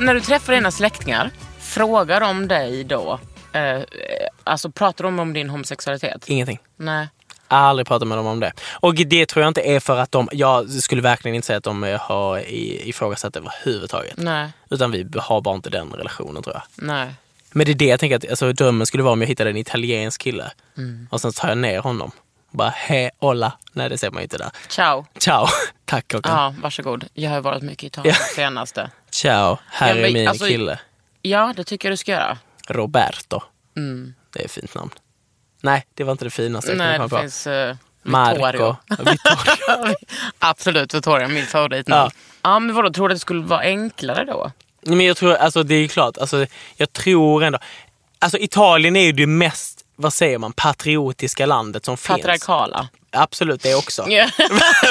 [SPEAKER 3] När du träffar dina släktingar, frågar de dig då, eh, eh, alltså pratar de om din homosexualitet?
[SPEAKER 4] Ingenting.
[SPEAKER 3] Nej.
[SPEAKER 4] Aldrig pratat med dem om det. Och det tror jag inte är för att de, jag skulle verkligen inte säga att de eh, har i- ifrågasatt överhuvudtaget.
[SPEAKER 3] Nej.
[SPEAKER 4] Utan vi har bara inte den relationen tror jag.
[SPEAKER 3] Nej.
[SPEAKER 4] Men det är det jag tänker att alltså, drömmen skulle vara om jag hittade en italiensk kille
[SPEAKER 3] Mm.
[SPEAKER 4] och sen tar jag ner honom. Bara hej, hola. Nej det ser man ju inte där.
[SPEAKER 3] Ciao.
[SPEAKER 4] Ciao, (laughs) tack klockan.
[SPEAKER 3] Ja, varsågod. Jag har ju varit mycket i Italien
[SPEAKER 4] Ja.
[SPEAKER 3] senaste.
[SPEAKER 4] Ciao, här
[SPEAKER 3] Ja, men,
[SPEAKER 4] är min
[SPEAKER 3] alltså,
[SPEAKER 4] kille.
[SPEAKER 3] Ja, det tycker jag du ska göra.
[SPEAKER 4] Roberto. Det är ett fint namn. Nej, det var inte det finaste jag kunde
[SPEAKER 3] Mm. Nej,
[SPEAKER 4] komma
[SPEAKER 3] det
[SPEAKER 4] på.
[SPEAKER 3] finns eh,
[SPEAKER 4] Marco.
[SPEAKER 3] Vittorio.
[SPEAKER 4] Vittorio.
[SPEAKER 3] Absolut, Vittorio. Min favoritnamn.
[SPEAKER 4] Ja.
[SPEAKER 3] Ja. men vadå, tror du att det skulle vara enklare då?
[SPEAKER 4] Nej, men jag tror, alltså det är klart, alltså, jag tror ändå... Alltså Italien är ju det mest, vad säger man, patriotiska landet som finns.
[SPEAKER 3] Patriarkala?
[SPEAKER 4] Absolut, det också.
[SPEAKER 3] Ja.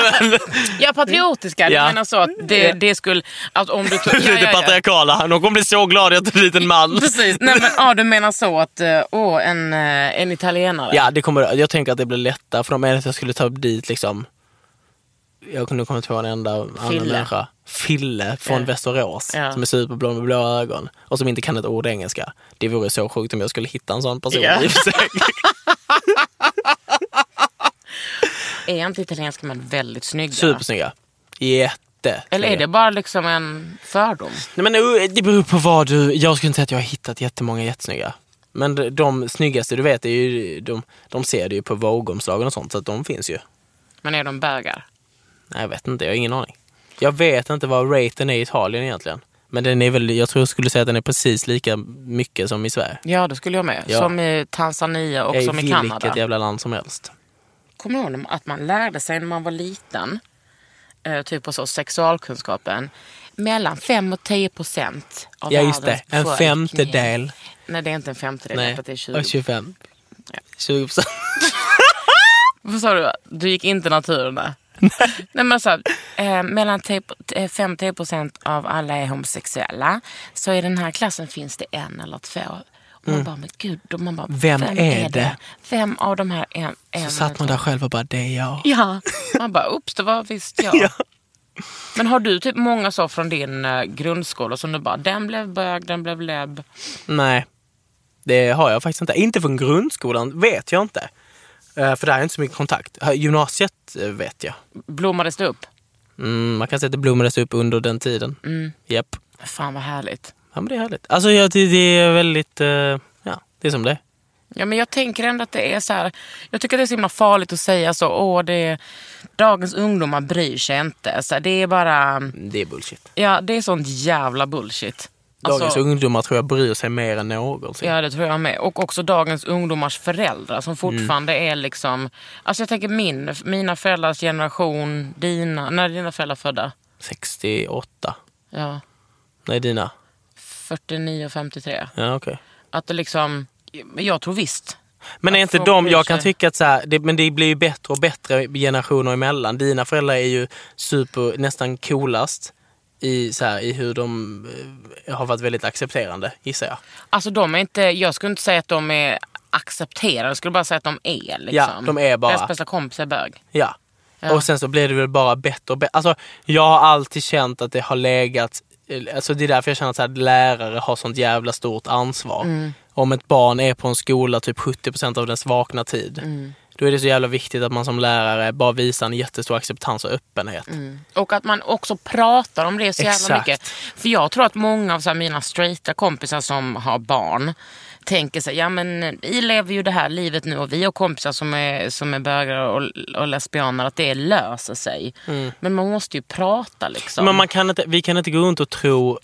[SPEAKER 3] (laughs) ja, patriotiska.
[SPEAKER 4] Ja.
[SPEAKER 3] Jag menar så att det, det skulle... Att om du
[SPEAKER 4] (laughs)
[SPEAKER 3] tog, ja,
[SPEAKER 4] Lite
[SPEAKER 3] ja, ja.
[SPEAKER 4] patriarkala. De kommer bli så glada att jag tog dit
[SPEAKER 3] (laughs)
[SPEAKER 4] en man.
[SPEAKER 3] Precis. Nej, men, ja, du menar så att eh, åh, en, eh, en italienare.
[SPEAKER 4] Ja, det kommer, jag tänker att det blir lättare för de menar att jag skulle ta dit liksom jag kunde komma på en enda annan
[SPEAKER 3] Fille.
[SPEAKER 4] människa. Fille från
[SPEAKER 3] Ja.
[SPEAKER 4] Västerås
[SPEAKER 3] Ja.
[SPEAKER 4] som är superblå med blåa ögon och som inte kan ett ord engelska. Det vore så sjukt om jag skulle hitta en sån person
[SPEAKER 3] Ja.
[SPEAKER 4] i och för
[SPEAKER 3] (laughs)
[SPEAKER 4] sig.
[SPEAKER 3] Är inte italienska men väldigt snygga?
[SPEAKER 4] Supersnygga. Jätte.
[SPEAKER 3] Eller är det bara liksom en fördom?
[SPEAKER 4] Nej, men, uh, det beror på vad du... Jag skulle inte säga att jag har hittat jättemånga jättesnygga. Men de, de snyggaste du vet, är ju, de, de ser det ju på vågomslagen och sånt, så att de finns ju.
[SPEAKER 3] Men är de bögar?
[SPEAKER 4] Nej, jag vet inte, jag har ingen aning. Jag vet inte vad raten är i Italien egentligen. Men den är väl, jag tror jag skulle säga att den är precis lika mycket som i Sverige.
[SPEAKER 3] Ja, det skulle jag med.
[SPEAKER 4] Ja.
[SPEAKER 3] Som i Tanzania och
[SPEAKER 4] Eh,
[SPEAKER 3] som i
[SPEAKER 4] vilket
[SPEAKER 3] Kanada.
[SPEAKER 4] jävla land som helst.
[SPEAKER 3] Kommer du ihåg att man lärde sig när man var liten, eh, typ på så sexualkunskapen, mellan 5 och 10 procent av
[SPEAKER 4] Ja just det,
[SPEAKER 3] världens
[SPEAKER 4] en
[SPEAKER 3] befolkning.
[SPEAKER 4] femtedel.
[SPEAKER 3] Nej, det är inte en femtedel.
[SPEAKER 4] Nej,
[SPEAKER 3] Nej. Det är 20.
[SPEAKER 4] och 25. 20 procent.
[SPEAKER 3] Vad sa du? Du gick inte naturen
[SPEAKER 4] (laughs)
[SPEAKER 3] där? Nej, men så, eh, mellan 5-10 procent av alla är homosexuella. Så i den här klassen finns det en eller två. Och man bara, men gud. Och man bara,
[SPEAKER 4] Mm. Vem är det?
[SPEAKER 3] Vem av de här är en
[SPEAKER 4] Så satt man där själv och bara, det är jag.
[SPEAKER 3] Ja. (laughs) Man bara, ups, det var visst jag.
[SPEAKER 4] Ja.
[SPEAKER 3] Men har du typ många så från din eh, grundskola som du bara, den blev bög, den blev lebb.
[SPEAKER 4] Nej, det har jag faktiskt inte. Inte från grundskolan vet jag inte. Eh, För där är inte så mycket kontakt. Eh, Gymnasiet eh, vet jag.
[SPEAKER 3] Blommades det upp?
[SPEAKER 4] Mm, man kan säga att det blommades upp under den tiden. Mm. Japp.
[SPEAKER 3] Fan vad härligt.
[SPEAKER 4] Ja men det är härligt. Alltså jag, det, det är väldigt, eh, ja det är som det är.
[SPEAKER 3] Ja, men jag tänker ändå att det är så här. Jag tycker att det är så himla farligt att säga så. Åh, det är, dagens ungdomar bryr sig inte. Så här, det är bara...
[SPEAKER 4] Det är bullshit.
[SPEAKER 3] Ja, det är sånt jävla bullshit.
[SPEAKER 4] Dagens
[SPEAKER 3] Alltså,
[SPEAKER 4] ungdomar tror jag bryr sig mer än någonsin.
[SPEAKER 3] Ja, det tror jag med. Och också dagens ungdomars föräldrar
[SPEAKER 4] Mm.
[SPEAKER 3] som fortfarande är liksom... Alltså jag tänker min, mina föräldrars generation, dina... När är dina föräldrar födda?
[SPEAKER 4] 68.
[SPEAKER 3] Ja,
[SPEAKER 4] Nej dina.
[SPEAKER 3] 49 och 53.
[SPEAKER 4] Ja okej.
[SPEAKER 3] Att det liksom... Jag tror visst.
[SPEAKER 4] Men är
[SPEAKER 3] Att
[SPEAKER 4] inte
[SPEAKER 3] folk
[SPEAKER 4] de,
[SPEAKER 3] bryr
[SPEAKER 4] jag kan
[SPEAKER 3] sig.
[SPEAKER 4] tycka att så här, det, men det blir ju bättre och bättre generationer emellan. Dina föräldrar är ju super, nästan coolast i, så här, i hur de eh, har varit väldigt accepterande gissar jag.
[SPEAKER 3] Alltså de är inte, jag skulle inte säga att de är accepterade, jag skulle bara säga att de är liksom.
[SPEAKER 4] Ja, de är bara.
[SPEAKER 3] Deras bästa kompis är bög.
[SPEAKER 4] Ja.
[SPEAKER 3] Ja.
[SPEAKER 4] Och sen så blir det väl bara bättre och bättre. Alltså, jag har alltid känt att det har legat... Alltså det är därför jag känner att så här, lärare har sånt jävla stort ansvar. Om ett barn är på en skola typ 70% av dess vakna tid. Då är det så jävla viktigt att man som lärare bara visar en jättestor acceptans och öppenhet.
[SPEAKER 3] Och att man också pratar om det så jävla
[SPEAKER 4] Exakt.
[SPEAKER 3] mycket. För jag tror att många av så här, mina straighta kompisar som har barn tänker sig, ja men vi lever ju det här livet nu och vi har kompisar som är, som är bögar och, och lesbianer, att det löser sig. Men man måste ju prata liksom.
[SPEAKER 4] Men Mm. man kan inte, vi kan inte gå runt och tro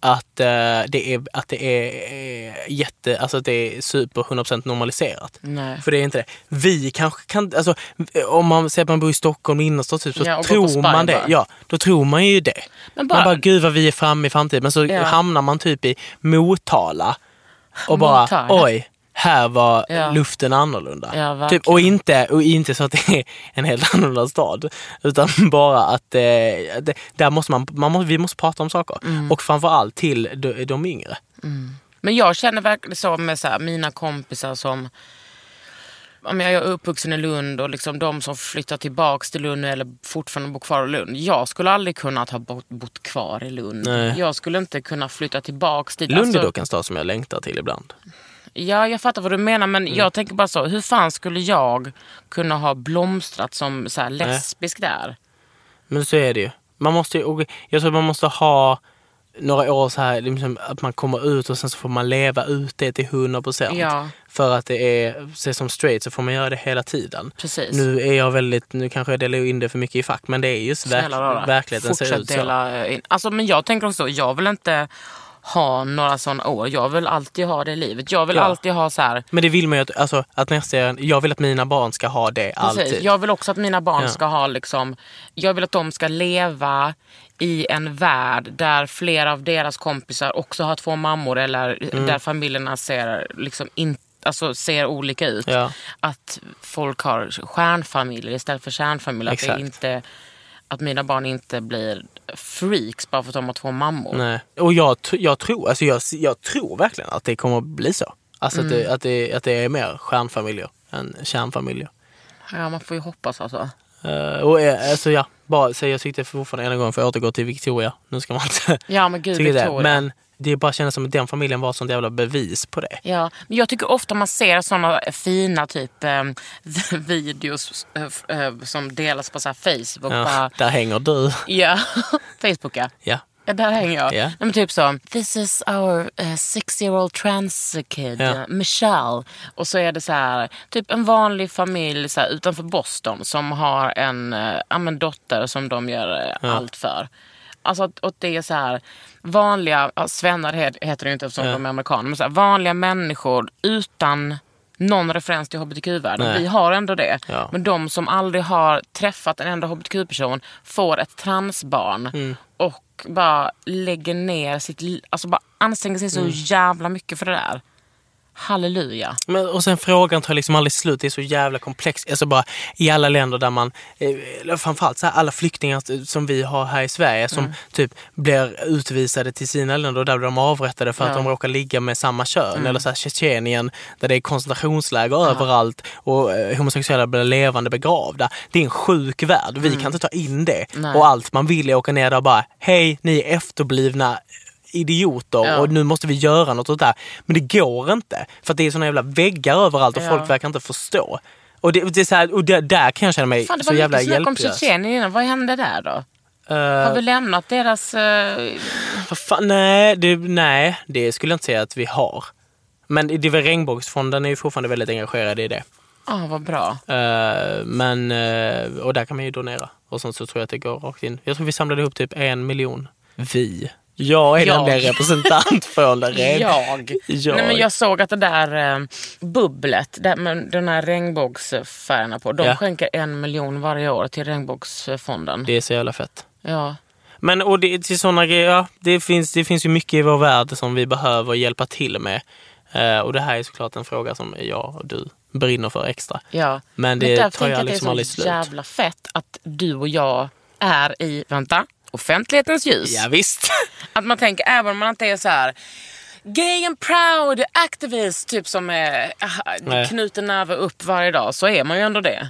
[SPEAKER 4] att, eh, det, är, att det är eh, jätte, alltså att det är super 100% normaliserat.
[SPEAKER 3] Nej.
[SPEAKER 4] För det är inte det. Vi kanske kan, alltså, om man säger att man bor i Stockholm innerstad typ, så
[SPEAKER 3] Ja, och går på
[SPEAKER 4] tror
[SPEAKER 3] Spy
[SPEAKER 4] man det.
[SPEAKER 3] bara.
[SPEAKER 4] Ja, då tror man ju det.
[SPEAKER 3] Men
[SPEAKER 4] man
[SPEAKER 3] bara-
[SPEAKER 4] bara gud vad vi är framme i framtiden. Men så
[SPEAKER 3] Ja.
[SPEAKER 4] hamnar man typ i Motala och bara
[SPEAKER 3] Motala.
[SPEAKER 4] oj, här var
[SPEAKER 3] Ja.
[SPEAKER 4] luften annorlunda.
[SPEAKER 3] Ja, verkligen.
[SPEAKER 4] typ, och, inte, och inte så att det är en helt (laughs) annorlunda stad. Utan bara att eh, det, där måste man, man måste, vi måste prata om saker.
[SPEAKER 3] Mm.
[SPEAKER 4] Och framförallt till de, de yngre.
[SPEAKER 3] Alltså- Men jag känner verkligen så med så här, mina kompisar som Ja, men jag är uppvuxen i Lund och liksom de som flyttar tillbaks till Lund nu eller fortfarande bor kvar i Lund. Jag skulle aldrig kunnat ha bott, bott kvar i Lund.
[SPEAKER 4] Nej.
[SPEAKER 3] Jag skulle inte kunna flytta tillbaks dit.
[SPEAKER 4] Lund är
[SPEAKER 3] Alltså,
[SPEAKER 4] dock en stad som jag längtar till ibland.
[SPEAKER 3] ja, jag fattar vad du menar men
[SPEAKER 4] Mm.
[SPEAKER 3] jag tänker bara så, hur fan skulle jag kunna ha blomstrat som så här, lesbisk där?
[SPEAKER 4] Men så är det ju. Man måste, ju- och jag tror man måste ha några år så här, liksom, att man kommer ut och sen så får man leva ut det till 100%.
[SPEAKER 3] Ja.
[SPEAKER 4] För att det är, se som straight så får man göra det hela tiden.
[SPEAKER 3] Precis.
[SPEAKER 4] Nu är jag väldigt, nu kanske jag delar in det för mycket i fack men det är just
[SPEAKER 3] Snälla rara.
[SPEAKER 4] verk, verkligheten ser
[SPEAKER 3] Fortsätt
[SPEAKER 4] ut så.
[SPEAKER 3] dela in. Alltså, men jag tänker också, jag vill inte ha några sådana år. Jag vill alltid ha det livet. Jag vill
[SPEAKER 4] Ja.
[SPEAKER 3] alltid ha så här.
[SPEAKER 4] Men det vill man ju att, alltså, att nästa, jag vill att mina barn ska ha det
[SPEAKER 3] Precis.
[SPEAKER 4] alltid.
[SPEAKER 3] Jag vill också att mina barn
[SPEAKER 4] Ja.
[SPEAKER 3] ska ha liksom, jag vill att de ska leva i en värld där flera av deras kompisar också har två mammor eller
[SPEAKER 4] Mm.
[SPEAKER 3] där familjerna ser liksom in, alltså ser olika ut.
[SPEAKER 4] Ja.
[SPEAKER 3] Att folk har stjärnfamiljer istället för kärnfamiljer. Att, det
[SPEAKER 4] Exakt.
[SPEAKER 3] inte, att mina barn inte blir freaks bara för att de har två mammor.
[SPEAKER 4] Nej. Och jag, tr- jag, tror, alltså, jag, jag tror verkligen att det kommer att bli så. Alltså att,
[SPEAKER 3] Mm.
[SPEAKER 4] det, att, det, att det är mer stjärnfamiljer än kärnfamiljer.
[SPEAKER 3] Ja, man får ju hoppas alltså.
[SPEAKER 4] Eh, och, eh, alltså, ja, bara, så jag tyckte fortfarande ena gången, för jag återgår till Victoria. Nu ska man inte
[SPEAKER 3] (laughs) Ja, men gud,
[SPEAKER 4] tycka
[SPEAKER 3] Victoria.
[SPEAKER 4] det. Men det bara kändes som att den familjen var sånt jävla bevis på det.
[SPEAKER 3] Ja, men jag tycker ofta man ser såna fina typ eh, (laughs) videos eh, f- eh, som delas på så här Facebook.
[SPEAKER 4] Ja,
[SPEAKER 3] Bara,
[SPEAKER 4] Där hänger du.
[SPEAKER 3] ja, (laughs) Facebook ja.
[SPEAKER 4] Ja.
[SPEAKER 3] Ja, Där hänger jag.
[SPEAKER 4] Ja.
[SPEAKER 3] Nej, men typ så, this is our uh, six year old trans kid,
[SPEAKER 4] Ja.
[SPEAKER 3] uh, Michelle. Och så är det så här, typ en vanlig familj så här, utanför Boston som har en, uh, ja, men dotter som de gör eh, allt för. Alltså att, och det är så här, vanliga, ja, svennar he- heter det ju inte eftersom de är amerikaner, men så här, vanliga människor utan någon referens till hbtq-världen.
[SPEAKER 4] Nej.
[SPEAKER 3] Vi har ändå det.
[SPEAKER 4] Ja.
[SPEAKER 3] Men de som aldrig har träffat en enda hbtq-person får ett transbarn
[SPEAKER 4] Mm.
[SPEAKER 3] och bara lägger ner sitt li- Alltså bara anstränger sig så
[SPEAKER 4] Mm.
[SPEAKER 3] jävla mycket för det där. Halleluja.
[SPEAKER 4] Men, och sen frågan tar liksom aldrig slut. Det är så jävla komplext. Alltså bara i alla länder där man, eh, eller framförallt så här, alla flyktingar som vi har här i Sverige som typ blir utvisade till sina länder och där blir de avrättade för att de råkar ligga med samma kön. Eller så här Tjetjenien där det är koncentrationsläger överallt och eh, homosexuella blir levande begravda. Det är en sjuk värld. Vi kan inte ta in det. Och allt man vill är åka ner där och bara, hej ni är efterblivna idioter
[SPEAKER 3] Ja.
[SPEAKER 4] och nu måste vi göra något åt det här. Men det går inte. För att det är såna jävla väggar överallt och
[SPEAKER 3] Ja.
[SPEAKER 4] folk verkar inte förstå. Och, det, det är så här, och där, där kan jag känna mig
[SPEAKER 3] Fan, det
[SPEAKER 4] så
[SPEAKER 3] var
[SPEAKER 4] jävla
[SPEAKER 3] mycket snack om
[SPEAKER 4] hjälplös.
[SPEAKER 3] Tjetjenien innan. Vad hände där då? Har
[SPEAKER 4] Eh,
[SPEAKER 3] vi lämnat deras... eh,
[SPEAKER 4] vad fan, nej, det, nej, det skulle jag inte säga att vi har. Men det är väl Regnbågsfonden är ju fortfarande väldigt engagerad i det.
[SPEAKER 3] Ja, ah, vad bra.
[SPEAKER 4] Eh, men, eh, och där kan man ju donera. Och sen så tror jag att det går rakt in. Jag tror vi samlade ihop typ en miljon. Vi. Jag är
[SPEAKER 3] Jag.
[SPEAKER 4] den där representant för
[SPEAKER 3] (laughs)
[SPEAKER 4] det.
[SPEAKER 3] Jag.
[SPEAKER 4] (laughs) Jag.
[SPEAKER 3] Nej, men jag såg att det där eh, bubblet, där, med den här regnbågsfärgerna på, de
[SPEAKER 4] Ja.
[SPEAKER 3] skänker en miljon varje år till regnbågsfonden.
[SPEAKER 4] Det är så jävla fett.
[SPEAKER 3] Ja.
[SPEAKER 4] Men och det, till sådana grejer, ja, det, finns, det finns ju mycket i vår värld som vi behöver hjälpa till med. Eh, och det här är såklart en fråga som jag och du brinner för extra.
[SPEAKER 3] Ja.
[SPEAKER 4] Men det
[SPEAKER 3] där
[SPEAKER 4] tar
[SPEAKER 3] tänker
[SPEAKER 4] jag
[SPEAKER 3] att
[SPEAKER 4] liksom
[SPEAKER 3] det är
[SPEAKER 4] aldrig
[SPEAKER 3] så
[SPEAKER 4] slut.
[SPEAKER 3] jävla fett att du och jag är i, vänta, offentlighetens ljus.
[SPEAKER 4] Ja, visst. (laughs)
[SPEAKER 3] Att man tänker, även om man inte är så här gay and proud activist, typ som är
[SPEAKER 4] Nej. Mm.
[SPEAKER 3] äh, knuten näve upp varje dag, så är man ju ändå det.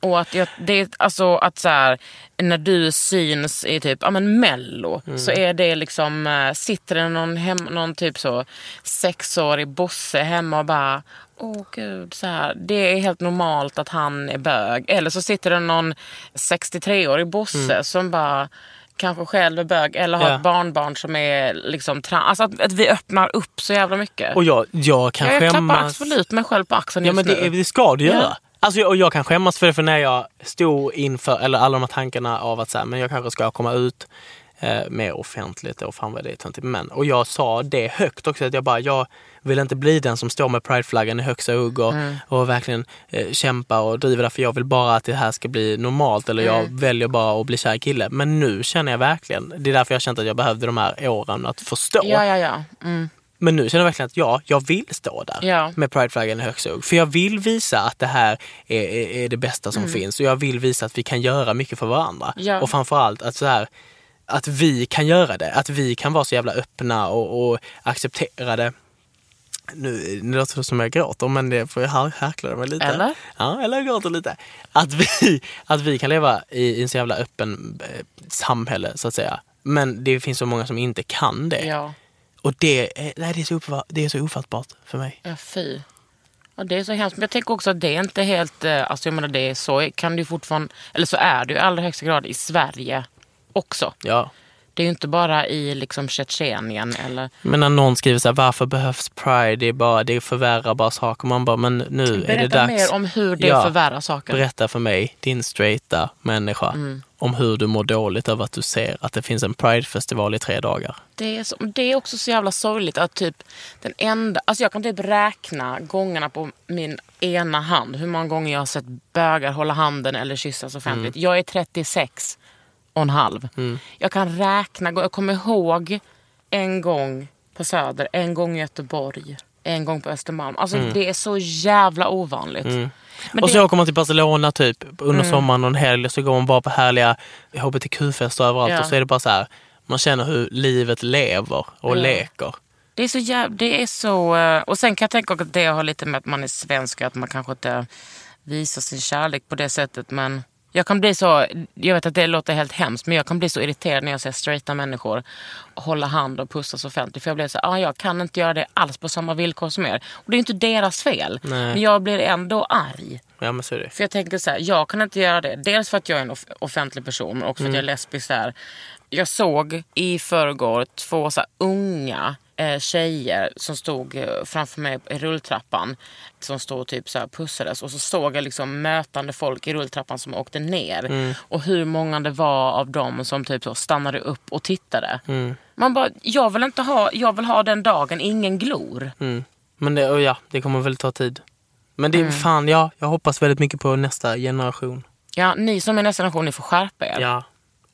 [SPEAKER 3] Och att, jag, det, är- alltså, att så här, när du syns i typ, ja, men mello,
[SPEAKER 4] Mm.
[SPEAKER 3] så är det liksom, eh, sitter det någon, hem, någon typ så sexårig bosse hemma och bara Åh gud, så här, det är helt normalt att han är bög. Eller så sitter det någon 63-årig bosse som bara kanske själv är bög eller har
[SPEAKER 4] Mm. Ja.
[SPEAKER 3] ett barnbarn som är liksom trans. Alltså att, att vi öppnar upp så jävla mycket.
[SPEAKER 4] Och jag, jag kan
[SPEAKER 3] jag klappar
[SPEAKER 4] skämmas.
[SPEAKER 3] absolut mig själv på axeln
[SPEAKER 4] Ja
[SPEAKER 3] just
[SPEAKER 4] men det,
[SPEAKER 3] nu.
[SPEAKER 4] är- det ska du
[SPEAKER 3] Ja.
[SPEAKER 4] göra. Alltså, jag- och jag kan skämmas för det, för när jag stod inför eller alla de här tankarna av att så här, men jag kanske ska komma ut eh, mer offentligt, och fan vad det är töntigt. Men, och jag sa det högt också, att jag bara, jag vill inte bli den som står med prideflaggan i högsta hugg och,
[SPEAKER 3] Mm.
[SPEAKER 4] och verkligen eh, kämpar och driver det, för jag vill bara att det här ska bli normalt eller
[SPEAKER 3] Mm.
[SPEAKER 4] jag väljer bara att bli kär i kille. Men nu känner jag verkligen, det är därför jag känt att jag behövde de här åren att förstå.
[SPEAKER 3] Ja, ja, ja. Mm.
[SPEAKER 4] Men nu känner jag verkligen att ja, jag vill stå där
[SPEAKER 3] Ja.
[SPEAKER 4] med prideflaggan i högsug. För jag vill visa att det här är, är, är det bästa som finns och jag vill visa att vi kan göra mycket för varandra.
[SPEAKER 3] Mm. Ja.
[SPEAKER 4] Och framförallt att, så här, att vi kan göra det. Att vi kan vara så jävla öppna och, och acceptera det. Nu, nu låter det som jag gråter men det får jag här- härkla mig lite.
[SPEAKER 3] Eller?
[SPEAKER 4] Ja, eller jag gråter lite. Att vi, (laughs) att vi kan leva i, i en så jävla öppen eh, samhälle så att säga. Men det finns så många som inte kan det.
[SPEAKER 3] ja.
[SPEAKER 4] Och det, är- nej, det, är så uppfa- det är så ofattbart för mig.
[SPEAKER 3] Ja, fy. Ja, det är så hemskt. Men jag tänker också att det är inte helt... eh, Alltså jag menar, det är så kan du fortfarande... Eller så är det ju i allra högsta grad i Sverige också.
[SPEAKER 4] Ja.
[SPEAKER 3] Det är ju inte bara i liksom Tjetjenien eller...
[SPEAKER 4] Men när någon skriver så här, varför behövs pride? Det, är bara, det förvärrar bara saker. Man bara, men nu är det
[SPEAKER 3] Berätta
[SPEAKER 4] dags.
[SPEAKER 3] mer om hur det
[SPEAKER 4] Ja.
[SPEAKER 3] förvärrar saker. Mm.
[SPEAKER 4] Berätta för mig, din straighta människa, om hur du mår dåligt över att du ser att det finns en pridefestival i tre dagar.
[SPEAKER 3] Det är, så, det är också så jävla sorgligt att typ den enda... Alltså jag kan typ räkna gångerna på min ena hand. Hur många gånger jag har sett bögar hålla handen eller kyssas offentligt.
[SPEAKER 4] Mm.
[SPEAKER 3] Jag är 36 och en halv. Jag kan räkna. gå- Jag kommer ihåg en gång på Söder, en gång i Göteborg, en gång på Östermalm. Alltså det är så jävla ovanligt. Men
[SPEAKER 4] Mm. och
[SPEAKER 3] det- Mm.
[SPEAKER 4] så åker man till Barcelona typ under sommaren och en helg så går man bara på härliga hbtq-fester överallt
[SPEAKER 3] Ja.
[SPEAKER 4] och så är det bara så här, man känner hur livet lever och leker.
[SPEAKER 3] Det är så jäv... det är så... eh, Och sen kan jag tänka att det har lite med att man är svensk och att man kanske inte visar sin kärlek på det sättet. Men Jag kan bli så, jag vet att det låter helt hemskt, men jag kan bli så irriterad när jag ser straighta människor hålla hand och pussas offentligt. För jag blir så, ah, jag kan inte göra det alls på samma villkor som er. Och det är ju inte deras fel.
[SPEAKER 4] Nej.
[SPEAKER 3] Men jag blir ändå arg.
[SPEAKER 4] Ja men så är det.
[SPEAKER 3] För jag tänker så här, jag kan inte göra det. Dels för att jag är en off- offentlig person och för att jag är
[SPEAKER 4] Mm.
[SPEAKER 3] lesbisk. Så här. Jag såg i förrgår två så här unga eh, tjejer som stod eh, framför mig i rulltrappan. Som stod och typ så här pussades. Och så såg jag liksom mötande folk i rulltrappan som åkte ner.
[SPEAKER 4] Mm.
[SPEAKER 3] Och hur många det var av dem som typ så stannade upp och tittade.
[SPEAKER 4] Mm.
[SPEAKER 3] Man bara, jag vill, inte ha, jag vill ha den dagen ingen glor.
[SPEAKER 4] Mm. Men det, och ja, det kommer väl ta tid. Men
[SPEAKER 3] Mm.
[SPEAKER 4] det är fan, ja, jag hoppas väldigt mycket på nästa generation.
[SPEAKER 3] Ja, ni som är nästa generation, ni får skärpa er.
[SPEAKER 4] Ja.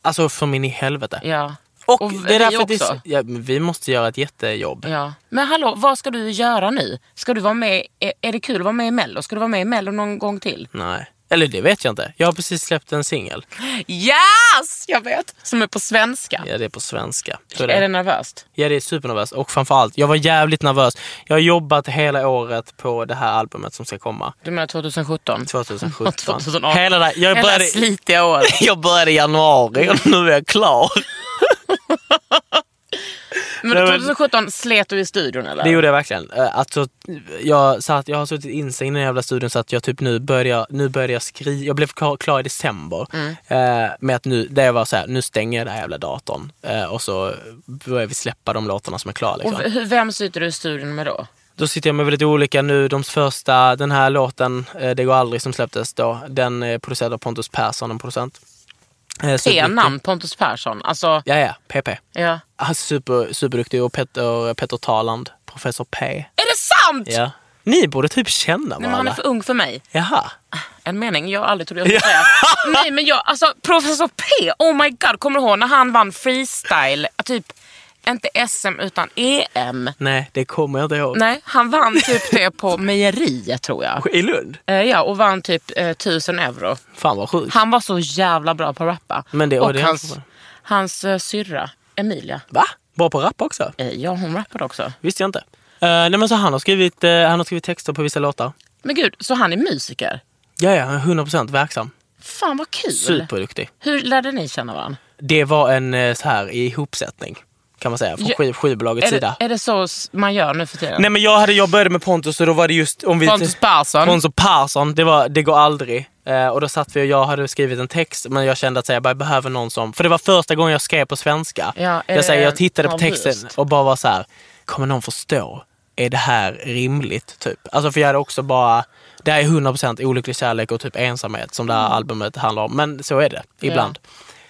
[SPEAKER 4] Alltså för in i helvete.
[SPEAKER 3] Ja.
[SPEAKER 4] Och,
[SPEAKER 3] Och
[SPEAKER 4] det är
[SPEAKER 3] vi
[SPEAKER 4] därför
[SPEAKER 3] också.
[SPEAKER 4] Det, ja, men vi måste göra ett jättejobb.
[SPEAKER 3] Ja. Men hallå, vad ska du göra nu? Ska du vara med, är, är det kul att vara med i Mello? Ska du vara med i Mello någon gång till?
[SPEAKER 4] Nej. Eller det vet jag inte. Jag har precis släppt en singel.
[SPEAKER 3] Yes! Jag vet! Som är på svenska.
[SPEAKER 4] Ja, det är på svenska. Så
[SPEAKER 3] Är det nervöst?
[SPEAKER 4] Ja, det är supernervöst. Och framförallt, jag var jävligt nervös. Jag har jobbat hela året på det här albumet som
[SPEAKER 3] (laughs)
[SPEAKER 4] ska komma.
[SPEAKER 3] Du menar 2017?
[SPEAKER 4] 2017.
[SPEAKER 3] 2018.
[SPEAKER 4] Hela det, jag,
[SPEAKER 3] Hela
[SPEAKER 4] började,
[SPEAKER 3] slitiga år.
[SPEAKER 4] (laughs) jag började i januari och nu är jag klar.
[SPEAKER 3] Men 2017 slet du i studion eller?
[SPEAKER 4] Det gjorde jag verkligen. Eh, Alltså, jag, satt, jag har suttit instängd i den jävla studion så att jag typ nu börjar, nu börjar jag skriva. Jag blev klar, klar i december.
[SPEAKER 3] Mm.
[SPEAKER 4] Eh, med att nu, det var så här, nu stänger jag den här jävla datorn. Eh, och så börjar vi släppa de låtarna som är klara. Liksom.
[SPEAKER 3] Och v- hur- vem sitter du i studion med då?
[SPEAKER 4] Då sitter jag med väldigt olika nu. De första, den här låten, eh, Det går aldrig, som släpptes då. Den är producerad av Pontus Persson, en producent. Eh,
[SPEAKER 3] Tre
[SPEAKER 4] superduktig.
[SPEAKER 3] namn, Pontus Persson. Alltså,
[SPEAKER 4] Ja, ja. PP.
[SPEAKER 3] ja.
[SPEAKER 4] Ah, super, superduktig. Och Petter, Petter Taland, Professor P.
[SPEAKER 3] Är det sant?
[SPEAKER 4] Ja. Ni borde typ känna varandra.
[SPEAKER 3] Nej, men han är för ung för mig.
[SPEAKER 4] Jaha.
[SPEAKER 3] En mening jag aldrig trodde jag skulle säga. Nej men jag, alltså professor P, oh my god, kommer du ihåg när han vann freestyle, typ inte SM utan EM?
[SPEAKER 4] Nej, det kommer jag inte ihåg.
[SPEAKER 3] Nej, han vann typ det
[SPEAKER 4] (laughs)
[SPEAKER 3] på mejeriet tror jag.
[SPEAKER 4] I Lund?
[SPEAKER 3] Eh, ja, och vann typ eh, 1000 euro.
[SPEAKER 4] Fan vad sjukt.
[SPEAKER 3] Han var så jävla bra på att rappa.
[SPEAKER 4] Men det- och
[SPEAKER 3] och
[SPEAKER 4] det är han
[SPEAKER 3] hans,
[SPEAKER 4] som var.
[SPEAKER 3] hans eh, syrra, Emilia,
[SPEAKER 4] Va? Bra på att rappa också?
[SPEAKER 3] eh, ja hon rappade också.
[SPEAKER 4] Visste jag inte. Eh, nej men så han har, skrivit, eh, han har skrivit texter på vissa låtar.
[SPEAKER 3] Men gud, så han är musiker?
[SPEAKER 4] Ja, ja, han är 100% verksam.
[SPEAKER 3] Fan vad kul!
[SPEAKER 4] Superduktig.
[SPEAKER 3] Hur lärde ni känna varandra?
[SPEAKER 4] Det var en eh, så här ihopsättning kan man säga från
[SPEAKER 3] Ja,
[SPEAKER 4] skiv, skivbolagets
[SPEAKER 3] Är
[SPEAKER 4] sida.
[SPEAKER 3] det, är det så s- man gör nu för tiden?
[SPEAKER 4] Nej men jag, hade, jag började med Pontus och då var det just... Om vi,
[SPEAKER 3] Pontus Persson.
[SPEAKER 4] Pontus Persson, det var Det går aldrig. Eh, och då satt vi och jag hade skrivit en text men jag kände att så här, jag bara behöver någon som... För det var första gången jag skrev på svenska.
[SPEAKER 3] Ja, är
[SPEAKER 4] jag, så här,
[SPEAKER 3] det
[SPEAKER 4] jag tittade på
[SPEAKER 3] nervöst?
[SPEAKER 4] texten och bara var så här. kommer någon förstå? Är det här rimligt? Typ. Alltså för jag hade också bara... Det här är 100% olycklig kärlek och typ ensamhet som det
[SPEAKER 3] Mm.
[SPEAKER 4] här albumet handlar om. Men så är det ibland.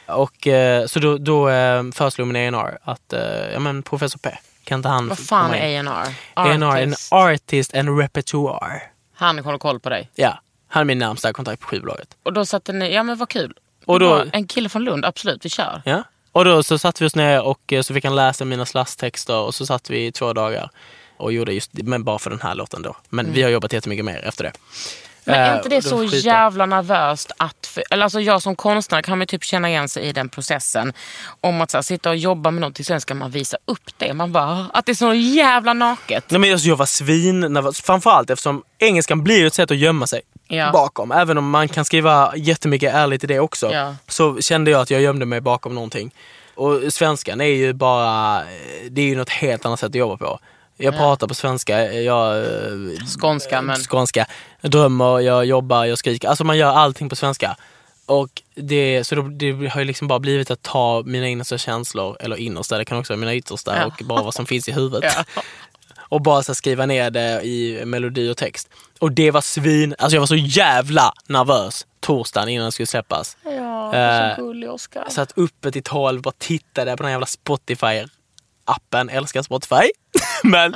[SPEAKER 4] Och, eh, så då, då eh, föreslog min A&R att, eh, ja men Professor P, kan inte han
[SPEAKER 3] Vad
[SPEAKER 4] få
[SPEAKER 3] fan
[SPEAKER 4] komma in?
[SPEAKER 3] är A&R?
[SPEAKER 4] A&R, en
[SPEAKER 3] Artist.
[SPEAKER 4] artist and repertoire.
[SPEAKER 3] Han håller koll på dig.
[SPEAKER 4] Ja, han är min närmsta kontakt på skivbolaget.
[SPEAKER 3] Och då satte ni, ja men vad kul.
[SPEAKER 4] Och då-
[SPEAKER 3] Bra, en kille från Lund, absolut vi kör.
[SPEAKER 4] Ja. Och då så satt vi oss ner och eh, så fick han läsa mina slasktexter och så satt vi i två dagar och gjorde just, men bara för den här låten då. Men vi har jobbat jättemycket mer efter det.
[SPEAKER 3] Men är
[SPEAKER 4] Eh,
[SPEAKER 3] inte det
[SPEAKER 4] och
[SPEAKER 3] så
[SPEAKER 4] skiter-
[SPEAKER 3] jävla nervöst att... För, eller alltså jag som konstnär kan ju typ känna igen sig i den processen. Om att så här, sitta och jobba med någonting, sen ska man visa upp det. Man bara, att det är så jävla naket.
[SPEAKER 4] Nej, men alltså, jag var svinnervös. Framförallt eftersom engelskan blir ju ett sätt att gömma sig
[SPEAKER 3] Ja.
[SPEAKER 4] bakom. Även om man kan skriva jättemycket ärligt i det också.
[SPEAKER 3] Ja.
[SPEAKER 4] Så kände jag att jag gömde mig bakom någonting. Och svenskan är ju bara, eh, det är ju något helt annat sätt att jobba på. Jag pratar på svenska, jag eh,
[SPEAKER 3] Skånska men...
[SPEAKER 4] skånska. Jag drömmer, jag jobbar, jag skriker. Alltså man gör allting på svenska. Och det, så då, det har ju liksom bara blivit att ta mina innersta känslor, eller innersta, det kan också vara mina yttersta,
[SPEAKER 3] Ja.
[SPEAKER 4] och bara vad som finns i huvudet.
[SPEAKER 3] Ja.
[SPEAKER 4] Och bara så här skriva ner det i melodi och text. Och det var svin... Alltså jag var så jävla nervös torsdagen innan det skulle släppas.
[SPEAKER 3] Ja,
[SPEAKER 4] du är så
[SPEAKER 3] gullig Oscar.
[SPEAKER 4] Satt uppe till tolv, bara tittade på den här jävla Spotify-appen. Älskar Spotify. (laughs) Men,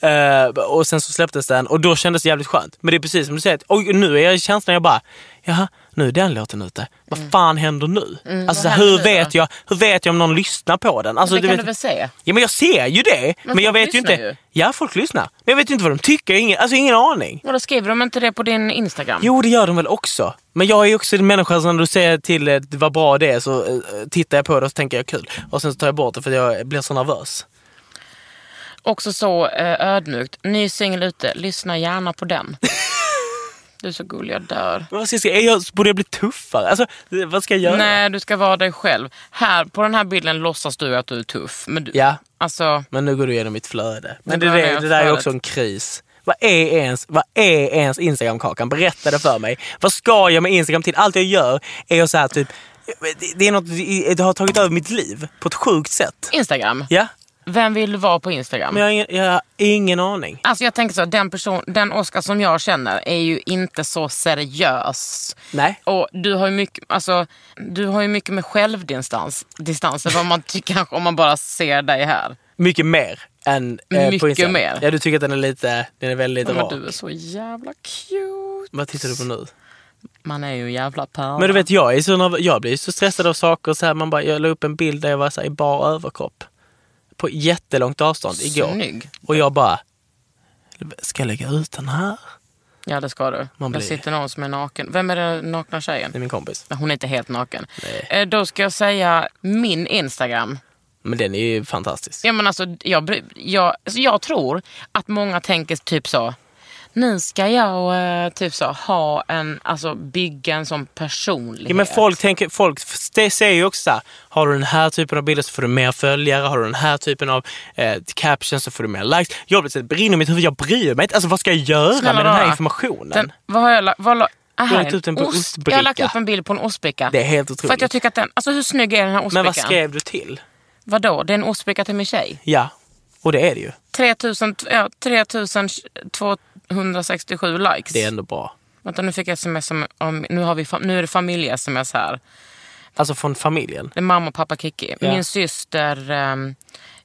[SPEAKER 4] eh, och sen så släpptes den och då kändes det jävligt skönt. Men det är precis som du säger, att, oj, nu är jag i känslan, jag bara, jaha, nu är den låten ute. Vad fan händer nu? alltså, så här,
[SPEAKER 3] Mm. händer
[SPEAKER 4] hur,
[SPEAKER 3] nu
[SPEAKER 4] vet jag, hur vet jag om någon lyssnar på den? Alltså,
[SPEAKER 3] det kan
[SPEAKER 4] vet,
[SPEAKER 3] du väl se?
[SPEAKER 4] Ja men jag ser ju det. Men, jag
[SPEAKER 3] folk
[SPEAKER 4] vet ju inte.
[SPEAKER 3] lyssnar ju.
[SPEAKER 4] Ja folk lyssnar. Men jag vet ju inte vad de tycker. Ingen, alltså ingen aning.
[SPEAKER 3] Och då skriver de inte det på din Instagram?
[SPEAKER 4] Jo det gör de väl också. Men jag är ju också en människa som när du säger till eh, vad bra det är så eh, tittar jag på det och så tänker jag kul. Och sen så tar jag bort det för jag blir så nervös. (laughs)
[SPEAKER 3] Också så eh, ödmjukt. Ny singel ute, lyssna gärna på den. Du är så gullig, jag dör.
[SPEAKER 4] Men Vad ska jag, säga? Är jag, borde jag bli tuffare? Alltså, det- vad ska jag göra?
[SPEAKER 3] Nej, du ska vara dig själv. Här, på den här bilden låtsas du att du är tuff. Men du,
[SPEAKER 4] Ja,
[SPEAKER 3] alltså,
[SPEAKER 4] men nu går du igenom mitt flöde. Men
[SPEAKER 3] Nu
[SPEAKER 4] det,
[SPEAKER 3] går jag
[SPEAKER 4] det,
[SPEAKER 3] igenom
[SPEAKER 4] det där är
[SPEAKER 3] flödet.
[SPEAKER 4] också en kris. Vad är ens, vad är ens Instagram-kakan? Berätta det för mig. Vad ska jag med Instagram till? Allt jag gör är att så här, typ, det, det är något, det har tagit över mitt liv på ett sjukt sätt.
[SPEAKER 3] Instagram.
[SPEAKER 4] Ja,
[SPEAKER 3] Vem vill du vara på Instagram?
[SPEAKER 4] men jag har ingen, jag har ingen aning.
[SPEAKER 3] Alltså jag tänker så, den, person, den Oscar som jag känner är ju inte så seriös.
[SPEAKER 4] Nej.
[SPEAKER 3] Och du har ju mycket, alltså, du har ju mycket med självdistans distans, än vad man tycker (laughs) kanske om man bara ser dig här.
[SPEAKER 4] Mycket mer än eh, på
[SPEAKER 3] Mycket
[SPEAKER 4] Instagram.
[SPEAKER 3] mer.
[SPEAKER 4] Ja, du tycker att den är lite, den är väldigt
[SPEAKER 3] Men
[SPEAKER 4] rak.
[SPEAKER 3] du är så jävla cute.
[SPEAKER 4] Vad tittar du på nu?
[SPEAKER 3] Man är ju en jävla pärla.
[SPEAKER 4] Men du vet, jag, är så nerv- jag blir så stressad av saker. Så här, man bara, jag la upp en bild där jag var så här, i bar överkropp. På jättelångt avstånd igår.
[SPEAKER 3] Snygg.
[SPEAKER 4] Och jag bara, ska jag lägga ut den här?
[SPEAKER 3] Ja det ska du.
[SPEAKER 4] Man
[SPEAKER 3] Där
[SPEAKER 4] blir-
[SPEAKER 3] sitter någon som är naken. Vem är den nakna tjejen?
[SPEAKER 4] Det är min kompis.
[SPEAKER 3] Nej, Hon är inte helt naken.
[SPEAKER 4] Nej.
[SPEAKER 3] Eh, Då ska jag säga min Instagram.
[SPEAKER 4] Men den är ju fantastisk.
[SPEAKER 3] Ja, men alltså, jag, bry- jag, alltså, jag tror att många tänker typ så. Nu ska jag eh, typ så, ha en, alltså, bygga en sån personlighet.
[SPEAKER 4] Ja, men folk tänker, folk f- det säger ju också så här, har du den här typen av bilder så får du mer följare, har du den här typen av eh, captions så får du mer likes. Jag blir så här, det brinner i mitt huvud, jag bryr mig inte. Alltså vad ska jag göra
[SPEAKER 3] Snälla
[SPEAKER 4] med den här
[SPEAKER 3] rara.
[SPEAKER 4] informationen?
[SPEAKER 3] Den, vad har jag lagt? Vad la, ah,
[SPEAKER 4] Du har
[SPEAKER 3] här,
[SPEAKER 4] lagt ut den på ostbricka.
[SPEAKER 3] Jag har lagt upp en bild på en ostbricka.
[SPEAKER 4] Det är helt
[SPEAKER 3] För att jag
[SPEAKER 4] otroligt.
[SPEAKER 3] tycker att den, alltså hur snygg är den här
[SPEAKER 4] Men
[SPEAKER 3] ostbrickan?
[SPEAKER 4] vad skrev du till?
[SPEAKER 3] Vadå? Det är en ostbricka till min tjej.
[SPEAKER 4] Ja, och det är det ju.
[SPEAKER 3] 3000, ja, 3267 likes.
[SPEAKER 4] Det är ändå bra.
[SPEAKER 3] Vänta nu fick jag sms om, om nu, har vi, fam- nu är det familje-sms här.
[SPEAKER 4] Alltså från familjen.
[SPEAKER 3] Det är mamma och pappa Kiki.
[SPEAKER 4] Ja.
[SPEAKER 3] Min syster ehm,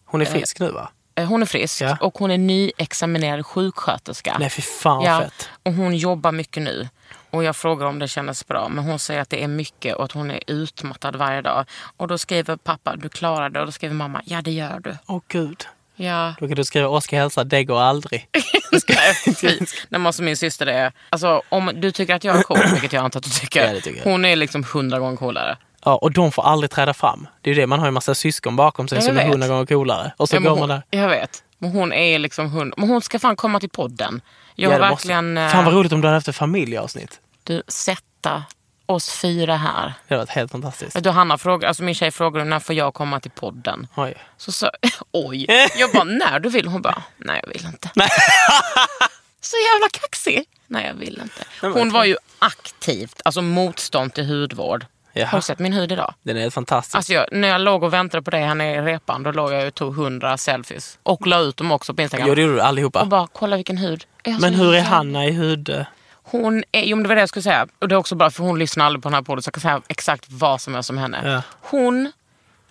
[SPEAKER 4] Hon är frisk nu va?
[SPEAKER 3] Eh, Hon är frisk
[SPEAKER 4] Ja.
[SPEAKER 3] och hon är nyexaminerad sjuksköterska.
[SPEAKER 4] Nej fy fan vad
[SPEAKER 3] ja,
[SPEAKER 4] fett.
[SPEAKER 3] och hon jobbar mycket nu. Och Jag frågar om det kändes bra, men hon säger att det är mycket och att hon är utmattad varje dag. Och Då skriver pappa, du klarar det. Och Då skriver mamma, ja det gör du.
[SPEAKER 4] Åh gud.
[SPEAKER 3] Ja.
[SPEAKER 4] Då kan du skriva Oskar hälsar, det går aldrig.
[SPEAKER 3] (laughs) Fy. När man som min syster är, alltså, om du tycker att jag är cool, vilket jag antar att du tycker.
[SPEAKER 4] Ja, det tycker jag.
[SPEAKER 3] Hon är liksom hundra gånger coolare.
[SPEAKER 4] Ja, och de får aldrig träda fram. Det är ju det, man har ju en massa syskon bakom sig
[SPEAKER 3] Ja, jag
[SPEAKER 4] som är
[SPEAKER 3] vet.
[SPEAKER 4] hundra gånger coolare. Och så
[SPEAKER 3] Ja, men
[SPEAKER 4] går man
[SPEAKER 3] hon,
[SPEAKER 4] där.
[SPEAKER 3] jag vet. Men hon är liksom hund. Men hon ska fan komma till podden. Jag har
[SPEAKER 4] Ja, det måste-
[SPEAKER 3] verkligen... eh,
[SPEAKER 4] Fan vad roligt om du hade haft ett familjeavsnitt.
[SPEAKER 3] du, sätta oss fyra här.
[SPEAKER 4] Det hade varit helt fantastiskt.
[SPEAKER 3] Då Hanna frågade, alltså min tjej frågade när får jag komma till podden?
[SPEAKER 4] Oj.
[SPEAKER 3] Så sa oj. Jag (laughs)
[SPEAKER 4] (laughs)
[SPEAKER 3] bara, när du vill? Hon bara, nej jag vill inte. (laughs) Så jävla kaxig. Nej jag vill inte. Hon var ju aktivt, alltså motstånd till hudvård.
[SPEAKER 4] Jaha.
[SPEAKER 3] Har du sett min hud idag?
[SPEAKER 4] Den är helt fantastisk.
[SPEAKER 3] Alltså jag, när jag låg och väntade på dig här nere i repan, då låg jag och tog hundra selfies. Och la ut dem också på Instagram.
[SPEAKER 4] jo, det gjorde du
[SPEAKER 3] och
[SPEAKER 4] allihopa.
[SPEAKER 3] bara, kolla vilken hud. Jag
[SPEAKER 4] Men
[SPEAKER 3] så
[SPEAKER 4] hur är
[SPEAKER 3] jävla-
[SPEAKER 4] Hanna i hud...
[SPEAKER 3] Hon är, jo men det var det jag skulle säga. Och det är också bra för hon lyssnar aldrig på den här podden så jag kan säga exakt vad som är som henne.
[SPEAKER 4] Ja.
[SPEAKER 3] Hon